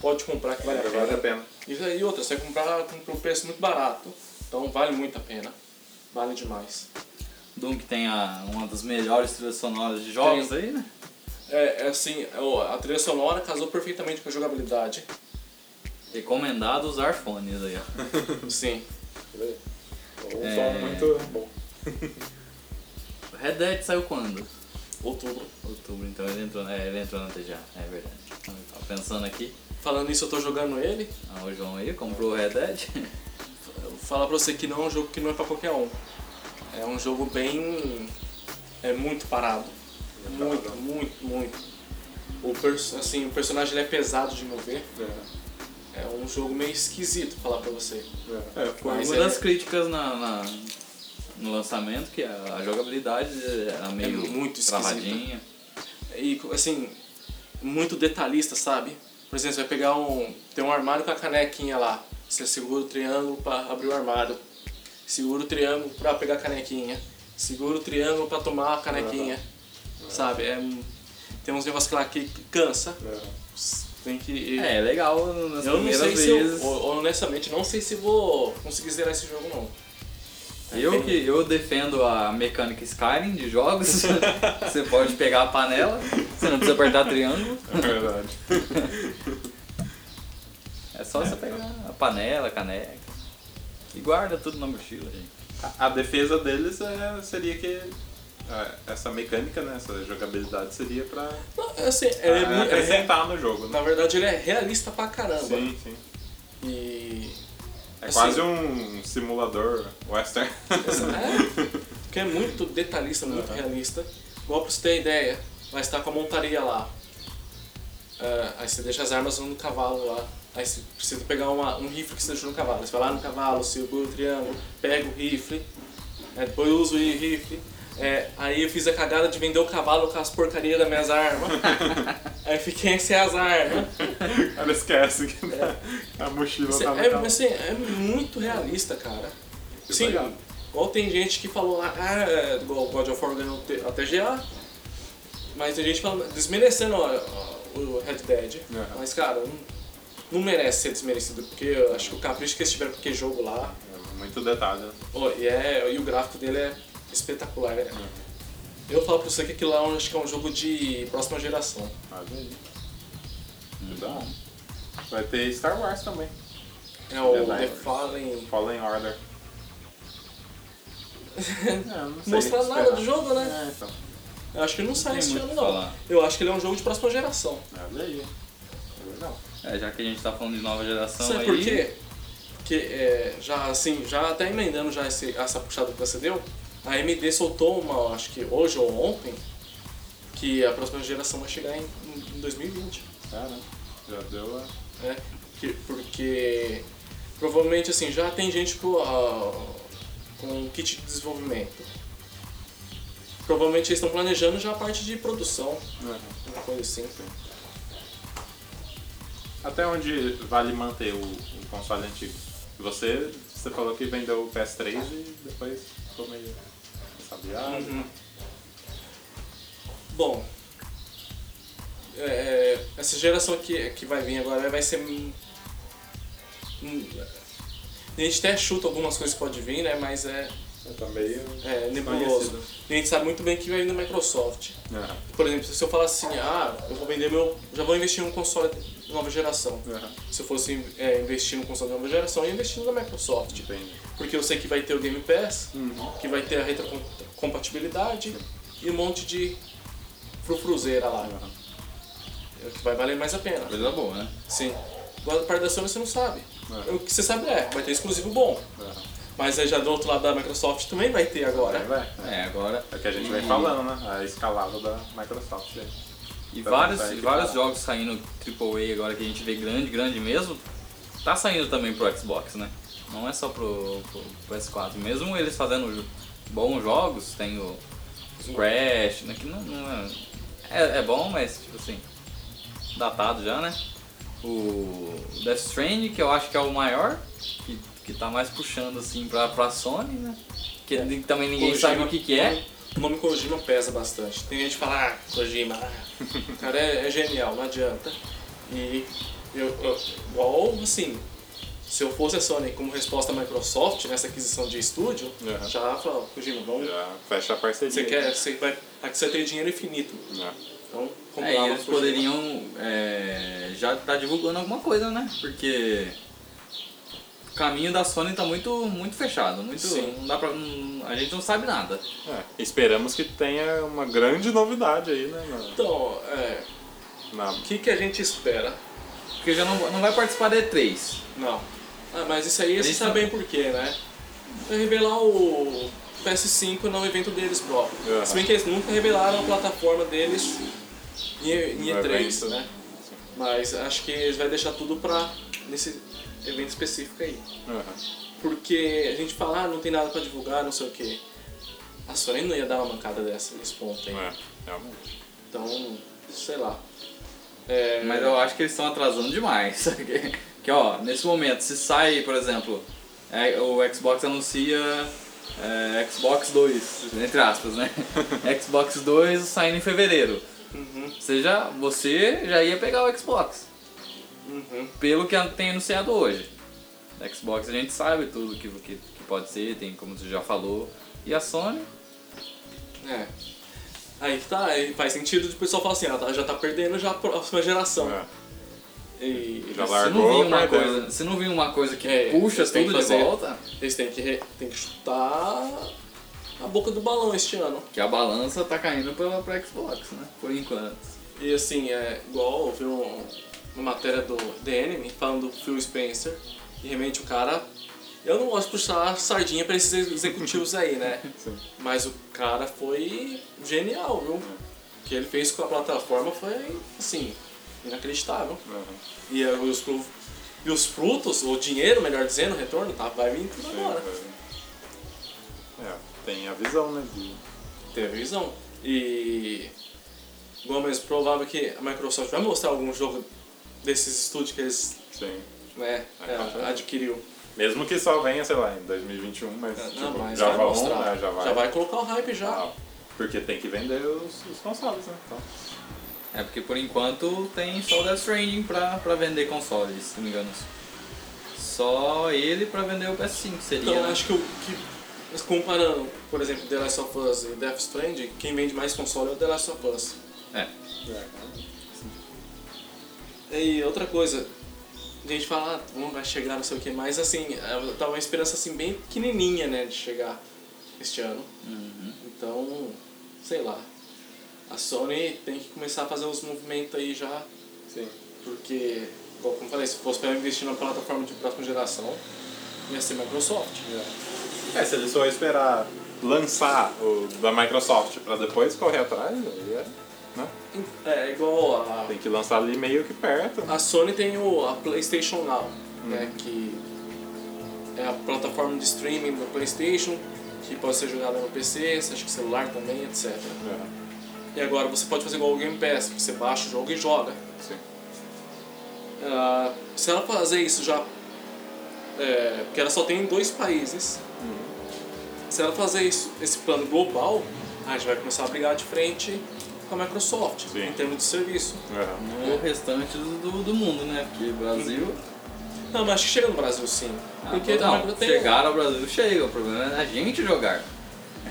pode comprar que vale a É, Vale a pena. pena. E aí outra, você comprar por um preço muito barato. Então vale muito a pena. Vale demais. *laughs* Doom que tem a, uma das melhores trilhas sonoras de jogos Tem. aí, né? É, é assim, ó, a trilha sonora casou perfeitamente com a jogabilidade. Recomendado usar fones aí, ó. Sim. Um É. som muito bom. *laughs* Red Dead saiu quando? Outubro. Outubro, então ele entrou, é, ele entrou na TGA, é verdade. Eu tava pensando aqui, Falando isso, eu tô jogando ele. ah, o João aí comprou o Red *laughs* Dead. Eu vou falar pra você que não é um jogo que não é pra qualquer um. É um jogo bem. É muito parado. Muito, muito, muito. O, perso- assim, o personagem ele é pesado de mover. É. É um jogo meio esquisito falar pra você. É, foi Mas Uma é- das críticas na, na- no lançamento, que a, a jogabilidade era meio É muito esquisita. travadinha. E assim, muito detalhista, sabe? Por exemplo, você vai pegar um. Tem um armário com a canequinha lá. Você segura o triângulo pra abrir o armário. Segura o triângulo pra pegar a canequinha. Segura o triângulo pra tomar a canequinha. Sabe? É, um- tem uns negócios lá que cansa. É. Tem que. É, legal nas Eu não primeiras sei se vezes. eu, ho- honestamente, não sei se vou conseguir zerar esse jogo não. Eu que eu defendo a mecânica Skyrim de *laughs* jogos. você pode pegar a panela, você não precisa apertar triângulo. É verdade. É só você pegar a panela, a caneca. E guarda tudo na mochila, gente. A, a defesa deles é- seria que é, essa mecânica, né, essa jogabilidade seria pra Não, é assim, é, é, mu- é re- acrescentar no jogo, né? na verdade ele é realista pra caramba. Sim, sim. E. É Assim- quase um simulador western. É, porque é muito detalhista, muito realista. Igual pra você ter ideia, vai estar com a montaria lá. Ah, aí você deixa as armas no cavalo lá. Aí você precisa pegar uma- um rifle que você deixou no cavalo. Você vai lá no cavalo, segura o triângulo, pega o rifle, aí depois usa o rifle. É, aí eu fiz a cagada de vender o cavalo com as porcarias das minhas armas. aí fiquei sem as armas. Ela esquece que tá- a mochila Cê- tá no é, carro. mas, assim, é muito realista, cara. Muito Sim, legal. igual tem gente que falou lá, ah, é, igual o God of War ganhou T- a TGA, mas tem gente falando, desmerecendo ó, ó, o Red Dead. Aham. Mas, cara, não, não merece ser desmerecido, porque eu acho que o capricho que eles tiveram com aquele jogo lá, É muito detalhe, né? ó, e, é, e o gráfico dele é espetacular. é. Eu falo pra você que aquilo lá eu acho que é um jogo de próxima geração. Olha aí. Hum. Que da hora. Vai ter Star Wars também. É o Verdade. The Fallen. Fallen *laughs* Order. É, não sei Mostrar nada esperar. do jogo, né? É, então. Eu acho que não sai Tem esse muito ano, o que não. falar. Eu acho que ele é um jogo de próxima geração. É, Olha aí. Legal. É, já que a gente tá falando de nova geração Sabe aí. por quê? Porque é, já assim, já até emendando já esse- essa puxada que você deu, a AMD soltou uma, acho que hoje ou ontem, que a próxima geração vai chegar em, em 2020. Cara, É, né? já deu é. a... Né? Porque, porque provavelmente assim, já tem gente com, a- com kit de desenvolvimento. Provavelmente eles estão planejando já a parte de produção, uma coisa assim. Até onde vale manter o, o console antigo? Você, você falou que vendeu o PS3 e depois ficou meio sabiado. Uhum. Bom, é, é, essa geração que, que vai vir agora vai ser. hum, hum, A gente até chuta algumas coisas que pode vir, né? Mas é, Eu tô meio é nebuloso. A gente sabe muito bem que vai vir da Microsoft. Aham, Por exemplo, se eu falar assim, ah, eu vou vender meu. Já vou investir em um console de nova geração. aham. Se eu fosse é, investir em um console de nova geração, eu ia investir no da Microsoft. Entendi. Porque eu sei que vai ter o Game Pass, Uhum. que vai ter a retrocompatibilidade e um monte de frufruzeira lá, Aham. que vai valer mais a pena. Coisa boa, né? Sim. Agora, a parte da Sony você não sabe. É. O que você sabe é, vai ter exclusivo bom. Aham. Mas aí já do outro lado da Microsoft também vai ter agora. Vai. É, agora. É o que a gente e- vem falando, né? A escalável da Microsoft. né? E Pra vários, montar e vários equipamento. jogos saindo AAA agora que a gente vê grande, grande mesmo, tá saindo também pro Xbox, né? Não é só pro, pro PS4. Mesmo eles fazendo jo- bons jogos, tem o Crash, né? Que não, não é, é. é bom, mas tipo assim. Datado já, né? O Death Stranding, que eu acho que é o maior, que, que tá mais puxando assim pra, pra Sony, né? Que ni- também ninguém Kojima- sabe o que, que é. O nome Kojima pesa bastante. Tem gente que fala, ah, Kojima, ah, o cara é, é genial, não adianta. E eu, eu, igual, assim, se eu fosse a Sony como resposta à Microsoft nessa aquisição de estúdio, Uhum. já fala, Kojima, vamos. Já fecha a parceria. Você quer, você vai, aqui você tem dinheiro infinito. Né? Então, É, e comprava eles Kojima. poderiam é, já tá divulgando alguma coisa, né? Porque o caminho da Sony tá muito, muito fechado, muito, Sim. não dá pra, não- a gente não sabe nada. É, Esperamos que tenha uma grande novidade aí, né? Então, é, Na, o na- que, que a gente espera? Porque já não, não vai participar da E3. Não. Ah, mas isso aí você Isso sabe não. bem por quê, né? Vai revelar o PS5 no evento deles próprio. Aham. Se bem que eles nunca revelaram a plataforma deles em, em No E3, evento. né? Mas acho que eles vão deixar tudo pra nesse evento específico aí. Uhum. Porque a gente fala, ah, não tem nada pra divulgar, não sei o quê. A Sony não ia dar uma mancada dessa nesse ponto aí. É, realmente. Então, sei lá. É, Mas eu acho que eles estão atrasando demais. *laughs* que ó, nesse momento, se sai, por exemplo, é, o Xbox anuncia é, Xbox 2, entre aspas, *laughs* né? Xbox 2 saindo em fevereiro. Uhum, Você já, você já ia pegar o Xbox. uhum. pelo que tem anunciado hoje. Da Xbox a gente sabe tudo que, que, que pode ser, tem como você já falou. E a Sony, É. Aí que tá, aí faz sentido de pessoal falar assim, ah, tá- já tá perdendo já a próxima geração. É. E Já se largou, né? não vir uma perdeu. coisa, se não vir uma coisa que É, puxa eles têm tudo que de fazer. volta, eles têm que, re- têm que chutar a boca do balão este ano. que a balança tá caindo pela pra Xbox, né? Por enquanto. E assim, é igual eu vi um- uma matéria do The Enemy falando do Phil Spencer, e realmente o cara. Eu não gosto de puxar sardinha pra esses executivos aí, né? Sim. Mas o cara foi genial, viu? O que ele fez com a plataforma foi, assim, inacreditável. Uhum. E, aí os, fru- e os frutos, ou dinheiro, melhor dizendo, o retorno, tá, vai vir tudo agora. É, É, tem a visão, né? De... Teve visão. E. Gomes, provável que a Microsoft vai mostrar algum jogo desses estúdios que eles Sim. né, Vai mostrar. é, adquiriu. Mesmo que só venha, sei lá, em 2021, mas, É, Não, tipo, mas já, vai vão, mostrar. né, já vai. colocar o hype já. Ah, Porque tem que vender os, os consoles, né? Então, É porque por enquanto tem só o Death Stranding pra, pra vender consoles, se não me engano. Só ele pra vender o PS5 seria. Então né? acho que o que. Mas comparando, por exemplo, The Last of Us e Death Stranding, quem vende mais console é o The Last of Us. É. E outra coisa, a gente fala, ah, não vai chegar, não sei o que, mas assim, eu tava uma esperança assim bem pequenininha, né, de chegar este ano. Uhum. Então, sei lá. A Sony tem que começar a fazer uns movimentos aí já, sim. porque, igual como eu falei, se fosse pra investir na plataforma de próxima geração, ia ser Microsoft. É, se eles for esperar lançar o da Microsoft pra depois correr atrás, aí é, né? É, igual a, tem que lançar ali meio que perto. né. A Sony tem o, a PlayStation Now, Uhum. né? Que é a plataforma de streaming do PlayStation, que pode ser jogada no PC, acho que celular também, etc. É, E agora você pode fazer igual o Game Pass, que você baixa o jogo e joga. sim. Ah, se ela fazer isso já. É, porque ela só tem em dois países. Uhum. Se ela fazer isso, esse plano global, a gente vai começar a brigar de frente com a Microsoft, Sim. em termos de serviço. É. No restante do, do mundo, né? Porque Brasil. Não, mas acho que chega no Brasil sim. Ah, porque não, a Micro- tem- chegar ao Brasil chega, o problema é a gente jogar.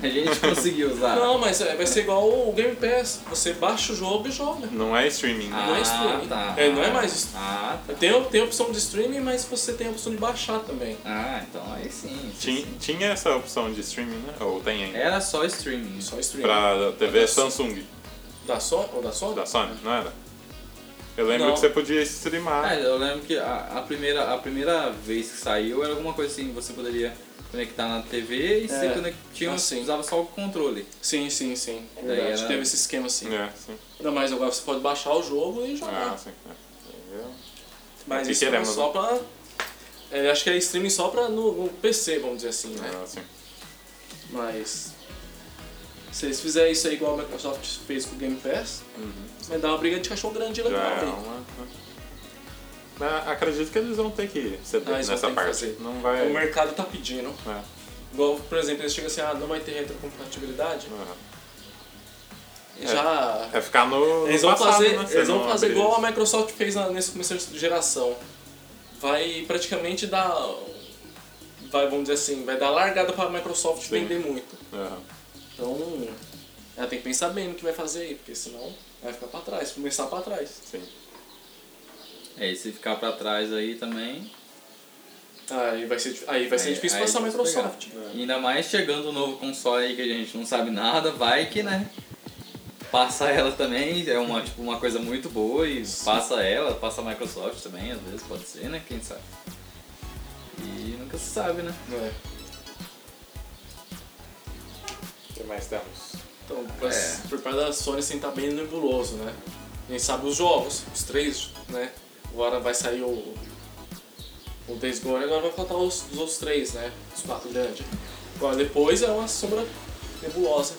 A gente *laughs* conseguir usar. Não, mas é, vai ser igual o Game Pass. Você baixa o jogo e joga. Não é streaming, né? não é streaming. tá. É, não é mais- Ah, tá. Tem, tem a opção de streaming, mas você tem a opção de baixar também. Ah, então aí sim. isso Tinha, sim. tinha essa opção de streaming, né? Ou tem É. ainda? Era só streaming. Só streaming. Pra TV Samsung, Da Sony? Ou da Sony? da Sony, não era? Eu lembro Não. que você podia streamar. É, eu lembro que a, a primeira, a primeira vez que saiu era alguma coisa assim, você poderia conectar na TV e você É, conectinha, assim. um, usava só o controle. Sim, sim, sim. Verdade. É Daí ela teve esse esquema assim. É, sim. Ainda mais agora você pode baixar o jogo e jogar. Ah, sim. É. É. Mas Que isso era queremos, né? só pra. é, acho que é streaming só pra no, no PC, vamos dizer assim, né? Ah, sim. Mas. Se eles fizerem isso aí igual a Microsoft fez com o Game Pass, Uhum. vai dar uma briga de cachorro grande legal Já é aí. uma... Mas acredito que eles vão ter que ceder Ah, eles vão ter nessa que parte. fazer. Não vai... O mercado tá pedindo. É. Igual, por exemplo, eles chegam assim, ah, não vai ter retrocompatibilidade. Uhum. Já. É ficar no. Eles no vão passado, fazer, né? Você eles vão não fazer abrir igual a isso. Microsoft fez na, nessa começo de geração. Vai praticamente dar. Vai, vamos dizer assim, vai dar largada pra Microsoft Sim. vender muito. Aham. Então, ela tem que pensar bem no que vai fazer aí, porque senão vai ficar pra trás, começar pra trás. Sim. É, e se ficar pra trás aí também. Aí Ah, vai ser, É, aí vai ser Aí- difícil aí passar a tem que pegar. Microsoft. Ainda mais chegando o novo console aí que a gente não sabe nada, vai que, né? Passa ela também, é uma, tipo, uma coisa muito boa e passa ela, passa a Microsoft também, às vezes pode ser, né? Quem sabe? E nunca se sabe, né? É. O que mais temos? Então, pra- É. por parte da Sony, assim, tá bem nebuloso, né? A gente sabe os jogos, os três, né? Agora vai sair o. O Days Gone, agora vai faltar os, os outros três, né? Os quatro grandes. Agora depois é uma sombra nebulosa.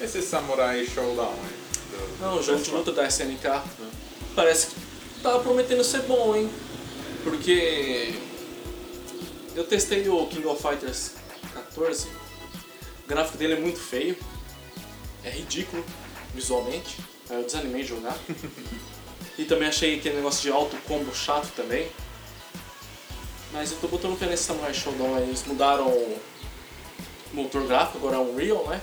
Esse Samurai Showdown aí. Não, o jogo de luta da SNK né? parece que tá prometendo ser bom, hein? Porque eu testei o King of Fighters 14, o gráfico dele é muito feio, é ridículo visualmente, aí eu desanimei de jogar. e também achei aquele negócio de alto combo chato também. Mas eu tô botando fé nesse Samurai Shodown aí, eles mudaram o motor gráfico, agora é um Real, né?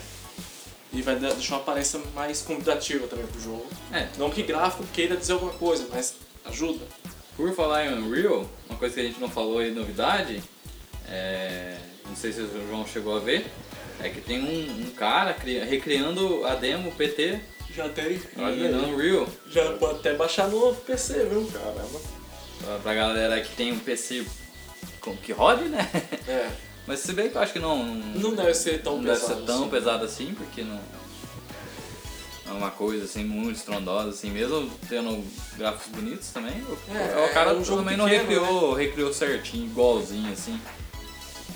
E vai dar- deixar uma aparência mais convidativa também pro jogo. É, Não que gráfico queira dizer alguma coisa, mas ajuda. Por falar em Unreal, uma coisa que a gente não falou aí, novidade, é, não sei se o João chegou a ver, é que tem um, um cara cri- recriando a demo PT Já tem. em Unreal. Já pode até baixar no PC, viu? Caramba. Pra- Pra galera que tem um PC com que rode, né? É. Mas se bem que eu acho que não, Não deve ser tão não deve pesado. ser tão assim. pesado assim, porque não não é uma coisa assim muito estrondosa assim, mesmo tendo gráficos bonitos também. o- É, o cara é um jogo também não pequeno, recriou, recriou certinho, igualzinho assim.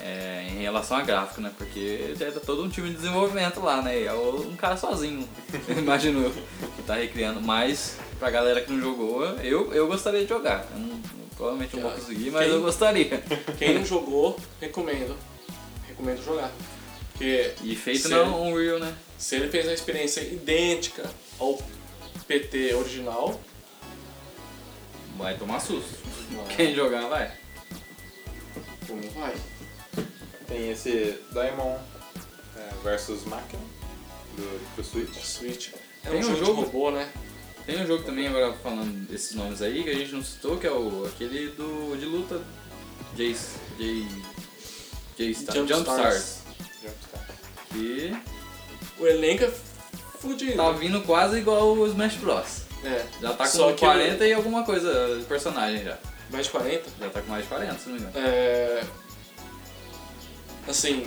é, em relação a gráfico, né? Porque já tá todo um time de desenvolvimento lá, né? E É um cara sozinho, *laughs* imagino eu, que tá recriando. Mas pra galera que não jogou, eu, eu gostaria de jogar. Eu não- provavelmente eu não vou conseguir, mas Quem- eu gostaria. Quem não jogou, recomendo. Recomendo jogar. Porque E feito Sério? não Unreal, né? se ele fez uma experiência idêntica ao PT original, Vai tomar susto. Quem jogar vai. é como vai? Tem esse Daimon é, versus Machina do, do O Switch. Switch. É Tem um um jogo, jogo? de robô, né? Tem um jogo também agora falando desses nomes aí que a gente não citou, que é o aquele do de luta Jace. J. J Star, Jump Jump, Stars. Stars. Jumpstart. Que O elenco é fudido. tá vindo quase igual o Smash Bros. É. Já tá com Só que 40 e alguma coisa de personagem já. Mais de 40? Já tá com mais de 40, se não me engano. É. Assim,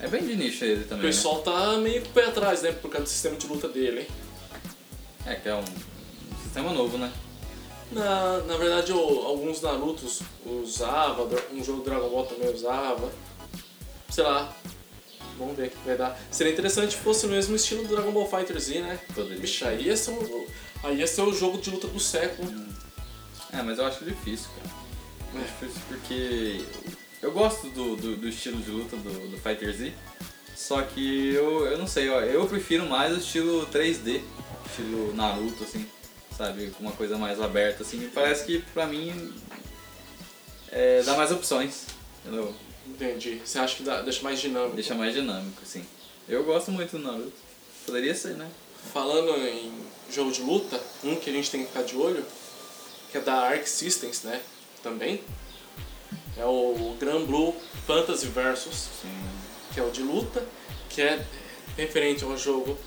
É bem de nicho ele O também. né? pessoal tá meio com o pé atrás, né? Por causa do sistema de luta dele. hein? É que é um, um sistema novo, né? Na, na verdade, o- alguns Narutos usava, dra- um jogo Dragon Ball também usava. Sei lá. Vamos ver o que vai dar. Seria interessante se fosse no mesmo estilo do Dragon Ball Fighter Z, né? Poderia. Bicho, aí ia ser um- aí ia ser o jogo de luta do século. É, mas eu acho difícil, cara. É difícil porque eu gosto do, do, do estilo de luta do, do Fighter Z, só que eu, eu não sei, ó, eu prefiro mais o estilo 3D, estilo Naruto, assim, sabe? com Uma coisa mais aberta, assim, parece que pra mim é, dá mais opções, entendeu? Entendi. Você acha que dá- deixa mais dinâmico? Deixa mais dinâmico, assim. Eu gosto muito do Naruto. Poderia ser, né? Falando em jogo de luta, um que a gente tem que ficar de olho, que é da Arc Systems, né? Também. É o Gran Blue Fantasy Versus, que é o de luta, que é referente ao jogo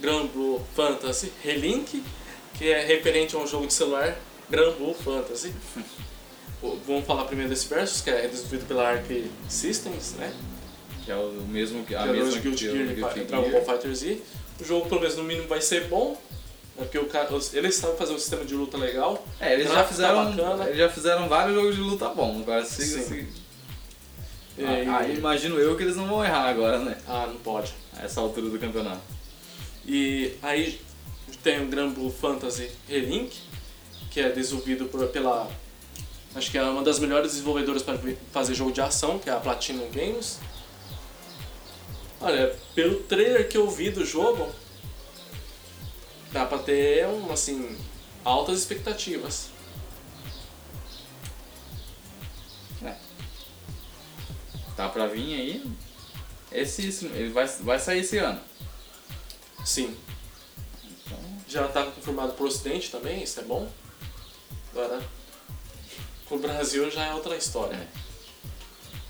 Gran Blue Fantasy Relink, que é referente a um jogo de celular Gran Blue Fantasy. Vamos falar primeiro desse Versus, que é desenvolvido pela Arc Systems, né? Que é o mesmo que a criadores mesma de Guilty que o Gear Guilty e Dragon Gear. Ball Fighter Z. O jogo, pelo menos no mínimo, vai ser bom, né? porque o cara, os- eles sabem fazer um sistema de luta legal. É, eles O já gráfico fizeram, Tá bacana. eles já fizeram vários jogos de luta bom. Agora se, Sim. se- E- ah, ah, imagino eu que eles não vão errar agora, né? Ah, não pode. A essa altura do campeonato. E aí tem o Grand Blue Fantasy Relink, que é desenvolvido por- pela. Acho que é uma das melhores desenvolvedoras para fazer jogo de ação, que é a Platinum Games. Olha, pelo trailer que eu vi do jogo, dá pra ter um, assim, altas expectativas. Tá pra vir aí. Esse, esse- ele vai, vai sair esse ano. Sim, Então, já tá confirmado pro Ocidente também, isso é bom. Agora, pro Brasil já é outra história.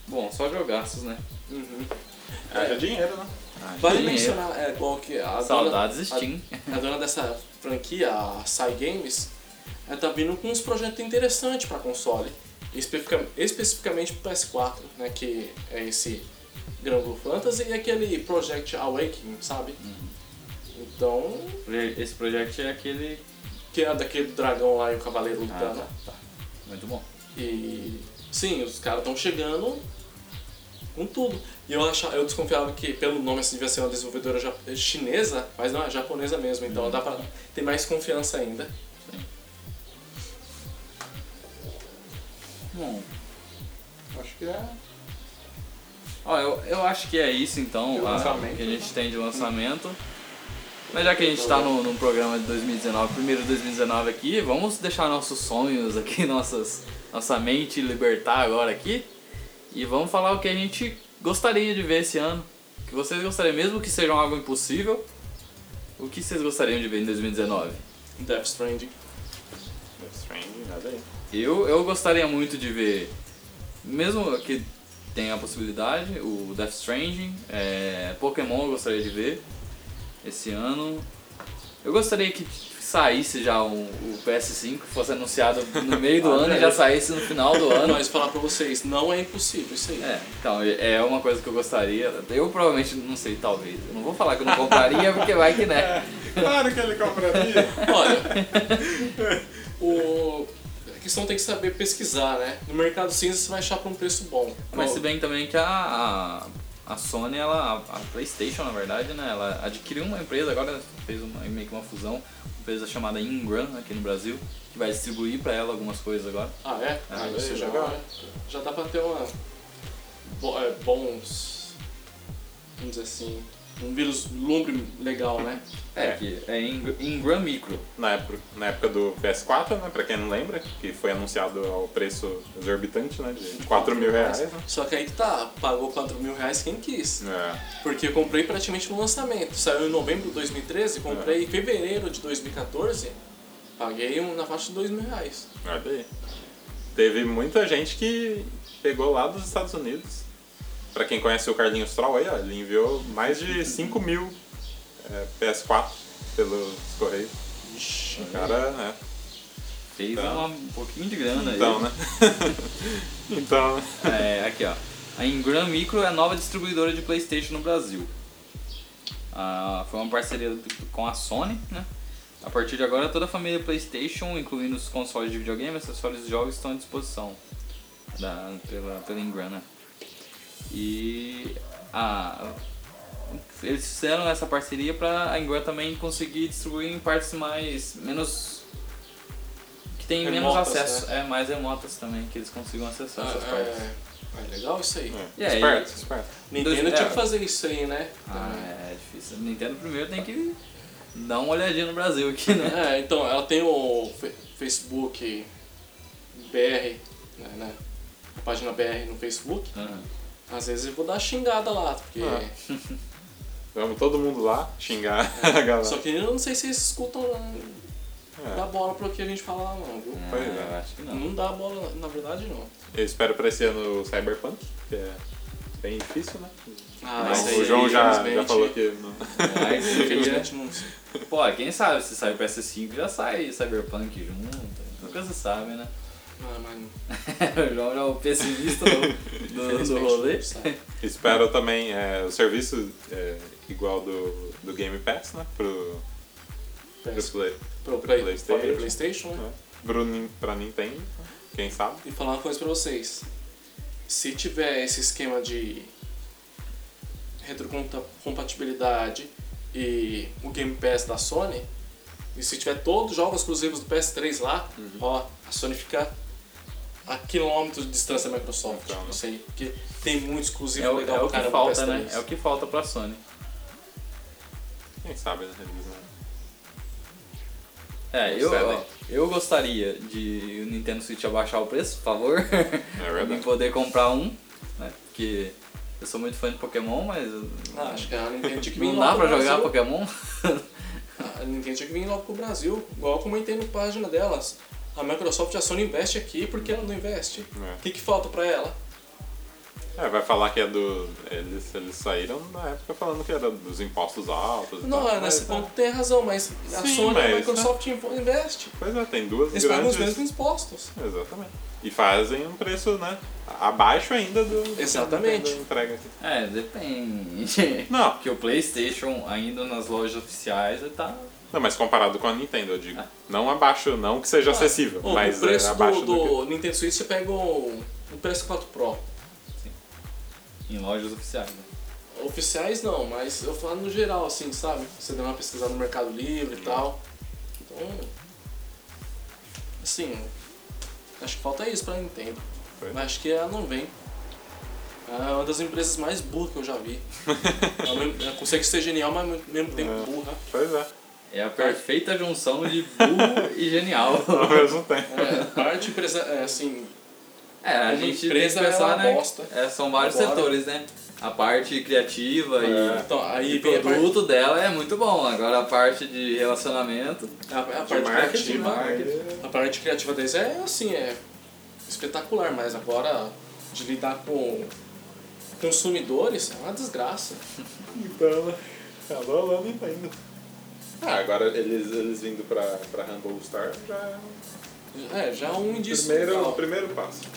bom, só jogaços, né? Uhum. Haja dinheiro, né? Vale Dinheiro. mencionar é, qual que é a dona, Saudades Steam. a dona dessa franquia, a Sai Games, ela tá vindo com uns projetos interessantes para console, especifica- especificamente pro PS4, né, que é esse Grand Blue Fantasy e aquele Project Awakening, sabe? Uhum. Então, Esse projeto é aquele. que é daquele dragão lá e o cavaleiro Ah, lutando. tá, tá. Muito bom. E sim, os caras estão chegando com tudo. E eu achava, eu desconfiava que pelo nome assim devia ser uma desenvolvedora jap- chinesa, mas não, é japonesa mesmo, então dá pra ter mais confiança ainda. Bom. Acho que é. Ó, eu, eu acho que é isso então De a- lançamento, que a gente tem de lançamento. Mas já que a gente está no, num programa de 2019, primeiro de 2019 aqui, vamos deixar nossos sonhos aqui, *laughs* nossas, nossa mente libertar agora aqui. E vamos falar o que a gente gostaria de ver esse ano. O que vocês gostariam, mesmo que seja um algo impossível, o que vocês gostariam de ver em 2019? Death Stranding. Death Stranding, É nada aí. Eu, eu gostaria muito de ver, mesmo que tenha a possibilidade, o Death Stranding, é, Pokémon eu gostaria de ver esse ano. Eu gostaria que saísse já um- o PS5, fosse anunciado no meio do ano e já saísse no final do ano. Mas falar pra vocês, não é impossível isso aí. É, então, é uma coisa que eu gostaria. Eu provavelmente, não sei, talvez. Eu não vou falar que eu não compraria, porque vai que né. Claro que ele *laughs* compraria. *laughs* Olha, o a questão tem que saber pesquisar, né? No mercado cinza você vai achar por um preço bom. Mas Bom, se bem também que a, a, a Sony, ela, a a Playstation na verdade, né, ela adquiriu uma empresa, agora fez uma, meio que uma fusão, uma empresa chamada Ingram aqui no Brasil, que vai distribuir pra ela algumas coisas agora. Ah, é? Ah, ou isso seja, é já, legal. já dá pra ter uma. bo- é, bons. Vamos dizer assim. Um vírus lumbre legal, né? É, É. que é Ing- Ingram Micro. na, época, na época do PS4, né? Pra quem não lembra, que foi anunciado ao preço exorbitante, né? De 4 mil reais. né? Só que aí que tá, pagou 4 mil reais quem quis. É. Porque eu comprei praticamente no lançamento. Saiu em novembro de 2013, comprei em fevereiro de 2014, paguei um- na faixa de 2 mil reais. É, Olha aí. Teve muita gente que pegou lá dos Estados Unidos. Pra quem conhece o Carlinhos Troll aí, ó, ele enviou mais de 5 mil é, PS4 pelos Correios. Ixi. O cara, né? Fez Tá. uma- um pouquinho de grana Então, *laughs* aí. né? então, *laughs* É, aqui ó. A Ingram Micro é a nova distribuidora de Playstation no Brasil. Ah, foi uma parceria do- com a Sony, né? A partir de agora, toda a família Playstation, incluindo os consoles de videogame, acessórios e jogos, estão à disposição da, pela, pela Ingram, né? E a, eles fizeram essa parceria para a Ingram também conseguir distribuir em partes mais menos que tem menos Remotas, né? acesso, é mais remotas também que eles consigam acessar essas Ah, partes. é, é legal isso aí. E aí? É, esperto, esperto. Nintendo Dois- tinha é. que fazer isso aí, né? Ah, é difícil. Nintendo primeiro tem que dar uma olhadinha no Brasil aqui, né? *laughs* É, então, ela tem o Fe- Facebook BR, né, né? A página BR no Facebook. Ah, Às vezes eu vou dar xingada lá, porque. Ah. Vamos todo mundo lá xingar *laughs* a galera. É. Só que eu não sei se eles escutam né, dar tá É, bola pro que a gente fala lá, não, viu? Pois é. eu acho que não. Não dá bola, na verdade, não. eu espero pra esse ano o Cyberpunk, que é bem difícil, né? Ah, Mas Não, isso o aí, João já, já infelizmente- falou que não. *laughs* Aí você queria- Infelizmente não sei. Pô, quem sabe se sai o PS5 já sai Cyberpunk junto. Nunca se sabe, né? *laughs* Ah, mas o João é o pessimista do, do, do infelizmente, rolê. É não sai. Espero também é, o serviço é, igual do, do Game Pass, né? Pro, pro Peço Play. Pro Play, PlayStation. Play- PlayStation, né? Né? Pro, Nin- pra Nintendo, né? quem sabe? E falar uma coisa pra vocês. Se tiver esse esquema de retrocompatibilidade e o Game Pass da Sony, e se tiver todos os jogos exclusivos do PS3 lá, Uhum. ó, a Sony fica a quilômetros de distância da Microsoft. Então, né? Não sei, porque tem muito exclusivo É o, legal é o pra que caramba do falta, né? PS3. É o que falta pra Sony. Quem sabe, né? Eles não- É, eu, Sério. ó, eu gostaria de o Nintendo Switch abaixar o preço, por favor. *laughs* Pra É mim verdade. poder comprar um, né? Porque eu sou muito fã de Pokémon, mas. eu- Ah, acho que a Nintendo tinha que né? vir Não logo dá pra pro jogar Brasil. Pokémon? A Nintendo Ah, tinha que vir logo pro Brasil, igual eu comentei na página delas. A Microsoft e a Sony investe aqui, por que ela não investe? O que, que falta pra ela? É. É, vai falar que é do. Eles, eles saíram na época falando que era dos impostos altos. e Não, né? tal, nesse mas, ponto é. tem razão, mas a Sim, Sony e a mas, Microsoft investe. Pois é, tem duas Eles pagam os grandes. mesmos impostos. Exatamente. E fazem um preço, né? Abaixo ainda do. Exatamente. Da entrega aqui. É, depende. *laughs* Não, Porque o PlayStation, ainda nas lojas oficiais, ele tá. Não, mas comparado com a Nintendo, eu digo. É. Não abaixo, não que seja acessível, Ó, mas o é, preço abaixo do, do, que- do Nintendo Switch você pega um, o, o PS4 Pro. em lojas oficiais. Né? Oficiais não, mas eu falo no geral, assim, sabe? Você deu uma pesquisada no Mercado Livre e tal. Então. Assim, acho que falta isso pra Nintendo. Foi. Mas acho que ela não vem. Ela É uma das empresas mais burras que eu já *laughs* vi. ela, mesmo- ela consegue ser genial, mas ao mesmo tempo É. burra. Pois é, É a perfeita junção de burro e genial. ao *laughs* mesmo tempo. É, parte empresa, é, assim, É, a Como gente empresa, tem que pensar, ela né? bosta. é, são vários Agora- setores, né? A parte criativa e. Então, aí E o vem a parte, produto dela é muito bom. Agora a parte de relacionamento. a, a De parte marketing, criativa. marketing. A parte criativa deles é assim, é espetacular, mas agora de lidar com consumidores é uma desgraça. Então, acabou lá Nintendo. Ah, agora eles, eles indo pra, pra Humble Star já é um É, já é um indício. primeiro, legal. um primeiro passo. né?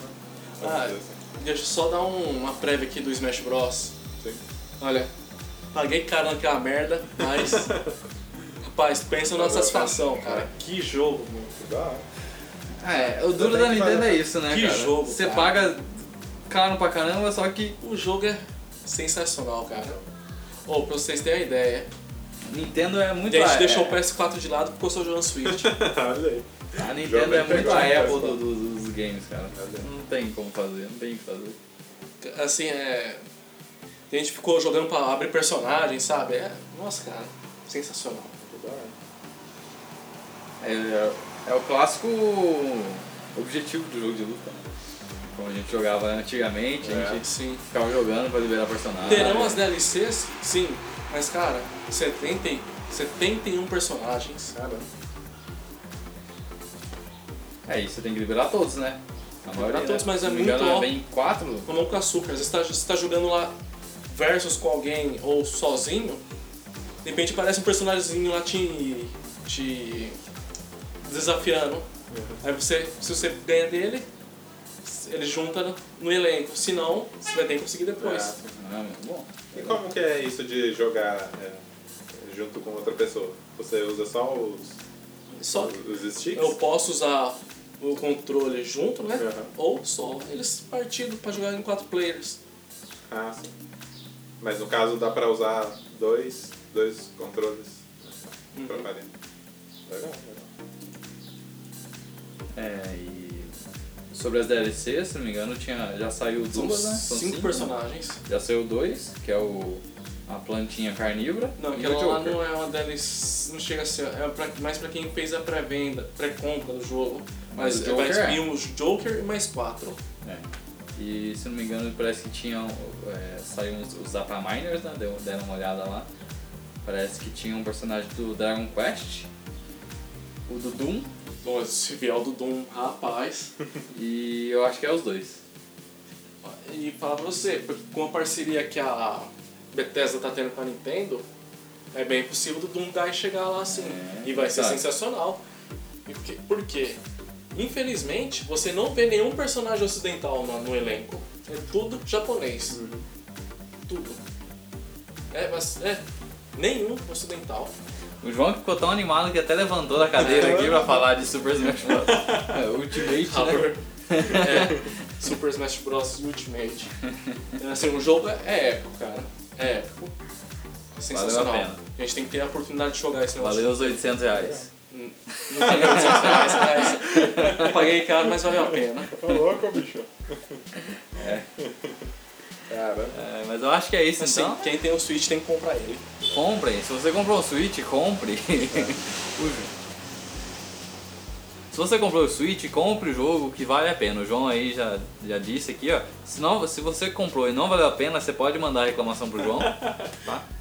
Vamos Ah, dizer assim. Deixa eu só dar um- uma prévia aqui do Smash Bros. Sim. Olha, paguei caro naquela merda, *laughs* mas. Rapaz, pensa na satisfação, cara. Que jogo, mano. Dá. É, o duro Tem da que Nintendo pagar. é isso, né? Que cara? jogo, Você cara. paga caro pra caramba, só que O jogo é sensacional, cara. Ô, pra vocês terem a ideia, Nintendo é a muito. gente é- deixou o PS4 de lado e ficou só jogando Switch. *laughs* Olha aí. A Nintendo Jovem é muito pegou a a Apple impressão. do- do- dos games, cara. Olha. Não tem como fazer, não tem o que fazer. assim, é. A gente ficou jogando pra abrir personagem, sabe? É, nossa, cara, sensacional. Dá. É, é o clássico objetivo do jogo de luta. né? Como a gente jogava antigamente, É. a gente Sim. ficava jogando pra liberar personagem. Terão as DLCs? Sim. Mas, cara, 70, e- 71 personagens. Caramba. É isso, você tem que liberar todos, né? A maioria, todos, né? mas é Se não me muito engano, ó- vem quatro? né? Mamão com açúcar. Às vezes você tá, você tá jogando lá versus com alguém ou sozinho, de repente aparece um personagemzinho lá te, te desafiando. Aí você, se você ganha dele, ele junta no, no elenco. Se não, você vai ter que conseguir É. depois. Ah, muito bom. E como que é isso de jogar é, junto com outra pessoa? Você usa só os, Só os sticks? eu posso usar o controle junto, né? Aham. Ou só eles partido pra jogar em quatro players. Ah, sim. Mas no caso dá pra usar dois, dois controles Uhum. pra parede. Legal, legal. É, e sobre as DLCs, se não me engano, tinha, já saiu duas, São né? São cinco personagens. né? Já saiu dois, que é o a plantinha carnívora Não, e o aquela lá Joker. não é uma DLC, não chega a ser, é pra- mais pra quem fez a pré-venda, pré-compra do jogo. Mas Mas o vai Joker é. vir um Joker e mais quatro. É. E se não me engano, parece que tinham. É, saiu os, os Data Miners, né? Deu, deram uma olhada lá. Parece que tinha um personagem do Dragon Quest, o do Doom, Bom, se vier o do Doom, rapaz. e eu acho que é os dois. E falar pra você, com a parceria que a Bethesda tá tendo com a Nintendo, é bem possível do Doom Guy chegar lá assim. É, e vai ser tá. sensacional. E por quê? Por quê? Infelizmente, você não vê nenhum personagem ocidental no, no elenco. É tudo japonês. Tudo. É, mas é nenhum ocidental. O João que ficou tão animado que até levantou da cadeira aqui pra falar de Super Smash *laughs* Bros. É, Ultimate, né? Power. *laughs* É, *laughs* Super Smash Bros. Ultimate. É, Assim, o jogo é- é épico, cara. É épico. É sensacional. Valeu a pena. a gente tem que ter a oportunidade de jogar esse negócio. Valeu os 800 reais. Hum, Não paguei 800 reais, mas eu paguei caro, mas valeu *laughs* a pena. Ô louco, bicho. É. Cara. É, mas eu acho que é isso Assim, então. quem tem o Switch tem que comprar ele. Comprem. Se você comprou um Switch, compre. Use. Se você comprou o Switch, compre o jogo que vale a pena. O João aí já, já disse aqui, ó. Se, não, se você comprou e não valeu a pena, você pode mandar a reclamação pro João.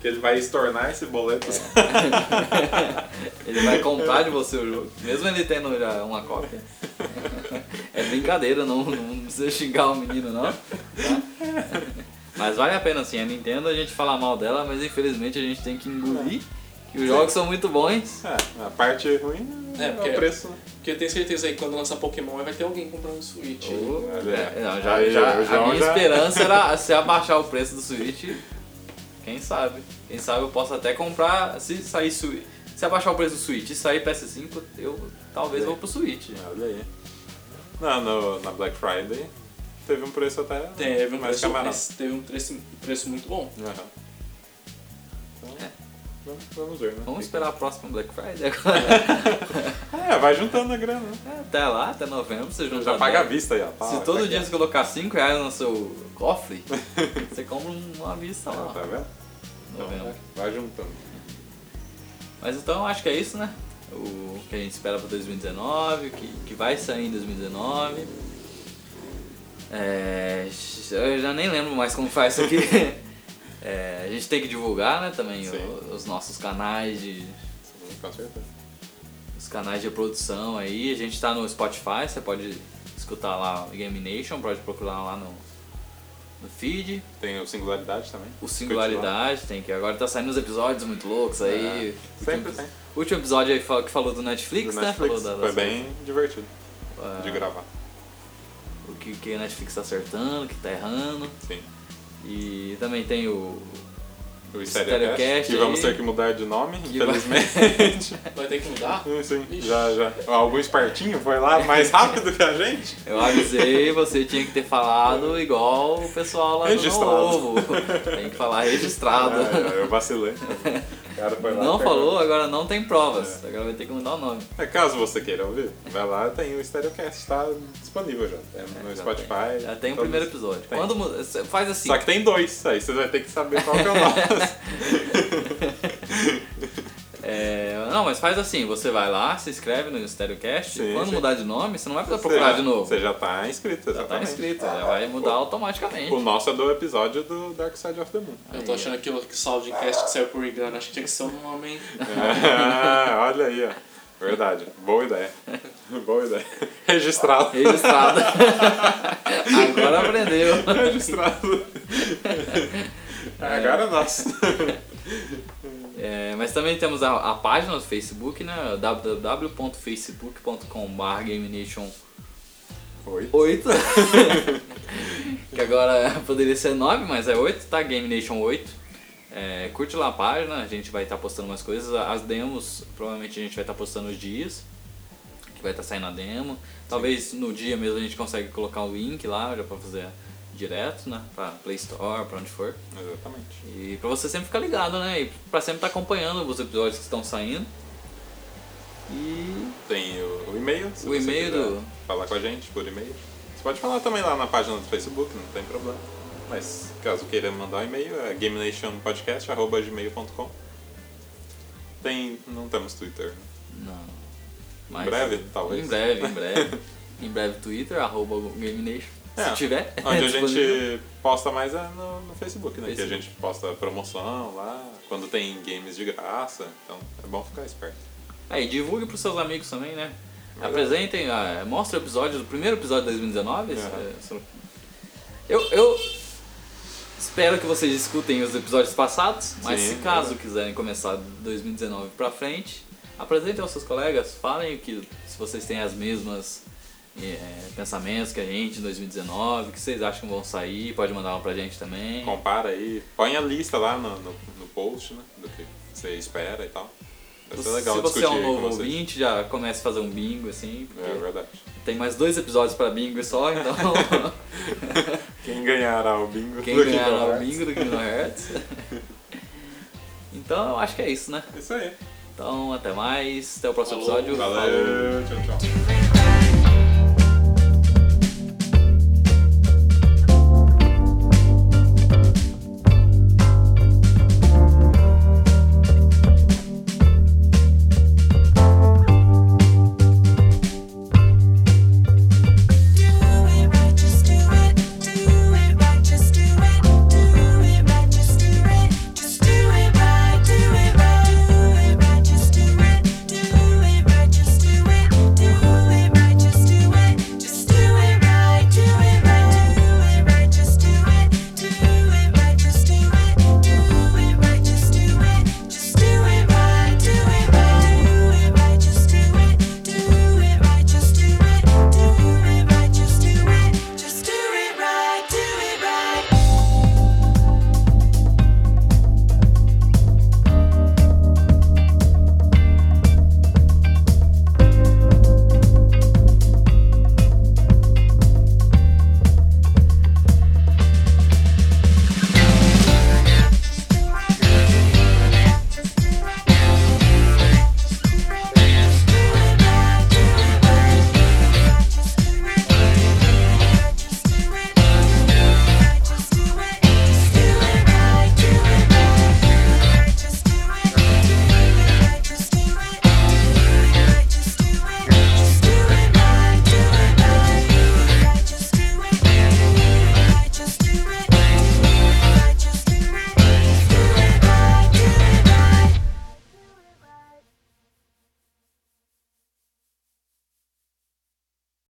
Que ele vai estornar esse boleto. É. *laughs* Ele vai comprar de você o jogo, mesmo ele tendo já uma cópia. É brincadeira, não, não precisa xingar o menino não. tá? Mas vale a pena sim, a Nintendo a gente fala mal dela, mas infelizmente a gente tem que engolir que os jogos são muito bons. É, a parte ruim É, é, porque- o preço, né? Porque eu tenho certeza aí que quando lançar Pokémon vai ter alguém comprando o Switch. Ou- Olha, é, não, já- aí, já- o a João minha já- esperança *laughs* era se abaixar o preço do Switch. Quem sabe? Quem sabe eu posso até comprar. Se sair Switch. Se abaixar o preço do Switch e sair PS5, eu talvez vou pro Switch. Olha aí. Não, no- na Black Friday teve um preço até Teve um, mais preço, camarada. mas teve um preço, preço muito bom. Aham. Então, É. vamos, vamos ver, né? Vamos esperar a próxima Black Friday agora. É, vai juntando a grana, né? *laughs* É, Até lá, até novembro, você junta Já paga à 10. vista aí, ó. Tá, Se tá todo aqui, dia ó. você colocar 5 reais no seu *laughs* cofre, você compra uma vista lá, Tá vendo? Então, ó, novembro. Vai juntando. Mas então eu acho que é isso, né? O que a gente espera pra 2019, o que, que vai sair em 2019. É, eu já nem lembro mais como faz *laughs* isso aqui. É, a gente tem que divulgar, né, também Sim. o- os nossos canais de, Com certeza. os canais de produção aí. A gente tá no Spotify, você pode escutar lá o Game Nation, pode procurar lá no, no feed. Tem o Singularidade também. O Singularidade tem que. Agora tá saindo uns episódios muito loucos aí. É, sempre Último- tem. Último episódio aí fala- que falou do Do Netflix, né? Netflix. Falou da- Foi das- bem divertido ah, de gravar. O que, que a Netflix tá acertando, o que tá errando. Sim. E também tem o. O Stereocast Stereocast, que aí. vamos ter que mudar de nome, Que vai- infelizmente. Vai ter que mudar? *laughs* Hum, *laughs* Sim, Ixi. já, já. Algum espertinho foi lá mais rápido que a gente. Eu avisei, *laughs* você tinha que ter falado igual o pessoal lá do Registrado. Novo. *laughs* Tem que falar registrado. *laughs* É, eu vacilei. O cara foi *laughs* lá Não e pegou. falou, agora não tem provas. Agora vai ter que mudar o nome. É, caso você queira ouvir, vai lá, tem o Stereocast, tá disponível já. É no Já Spotify. tem. Já tem o todos. primeiro episódio. Tem. Quando mu- cê faz assim. Só que tem dois, aí você vai ter que saber *laughs* qual que é o nosso. é, não, mas faz assim, você vai lá, se inscreve no Stereocast, Sim, quando sim. mudar de nome, você não vai precisar procurar já, de novo. Você já tá inscrito, já tá exatamente. inscrito, já vai mudar automaticamente. O nosso é do episódio do Dark Side of *laughs* the Moon. Eu tô achando que o Soundcast que saiu por engano, acho que tinha que ser um o nome, hein? Ah, olha aí, ó. Verdade. Boa ideia. Boa ideia. Registrado. *laughs* Registrado. Agora aprendeu. *laughs* Registrado. Agora é nosso. É, mas também temos a, a página do Facebook, né? www.facebook.com.br GameNation Oi. 8. que agora poderia ser 9, mas é 8, tá? Game Nation 8. É, curte lá a página, a gente vai estar postando umas coisas. As demos, provavelmente a gente vai estar postando os dias. Que vai estar saindo a demo. Talvez no dia mesmo a gente consegue colocar o link lá, já pra fazer direto, né? Pra Play Store, pra onde for. Exatamente. E pra você sempre ficar ligado, né? E pra sempre estar acompanhando os episódios que estão saindo. E Tem o, o e-mail. se O você e-mail quiser do- Falar com a gente por e-mail. Você pode falar também lá na página do Facebook, não tem problema. Mas caso queira mandar um e-mail, é gamenationpodcast.gmail.com Tem... Não temos *laughs* Twitter. né? Não. Em breve, talvez. Em breve, em *laughs* breve. em breve, Twitter, arroba Game Nation. É, se tiver. *laughs* Onde a disponível. gente posta mais é no, no Facebook, né? Que a Facebook. gente posta promoção lá, quando tem games de graça. Então é bom ficar esperto. Aí, divulgue pros seus amigos também, né? É Apresentem, ah, mostra o episódio, do primeiro episódio de 2019. É. se- se- Eu, eu espero que vocês escutem os episódios passados, mas se Sim, caso é. quiserem começar 2019 pra frente, apresentem aos seus colegas, falem que se vocês têm as mesmas é, pensamentos que a gente em 2019, que vocês acham que vão sair, pode mandar uma pra gente também. Compara aí, põe a lista lá no, no, no post, né? Do que você espera e tal. Vai ser legal Se você discutir é um aí com novo vocês. ouvinte, já comece a fazer um bingo, assim, porque É verdade. tem mais dois episódios pra bingo só, então Quem ganhará o *laughs* bingo? quem do é? Kingdom ganhar o Hearts? bingo do Kingdom Hearts. então eu acho que é isso, né? Isso aí. Então até mais, até o próximo Falou. episódio. Valeu, tchau, tchau.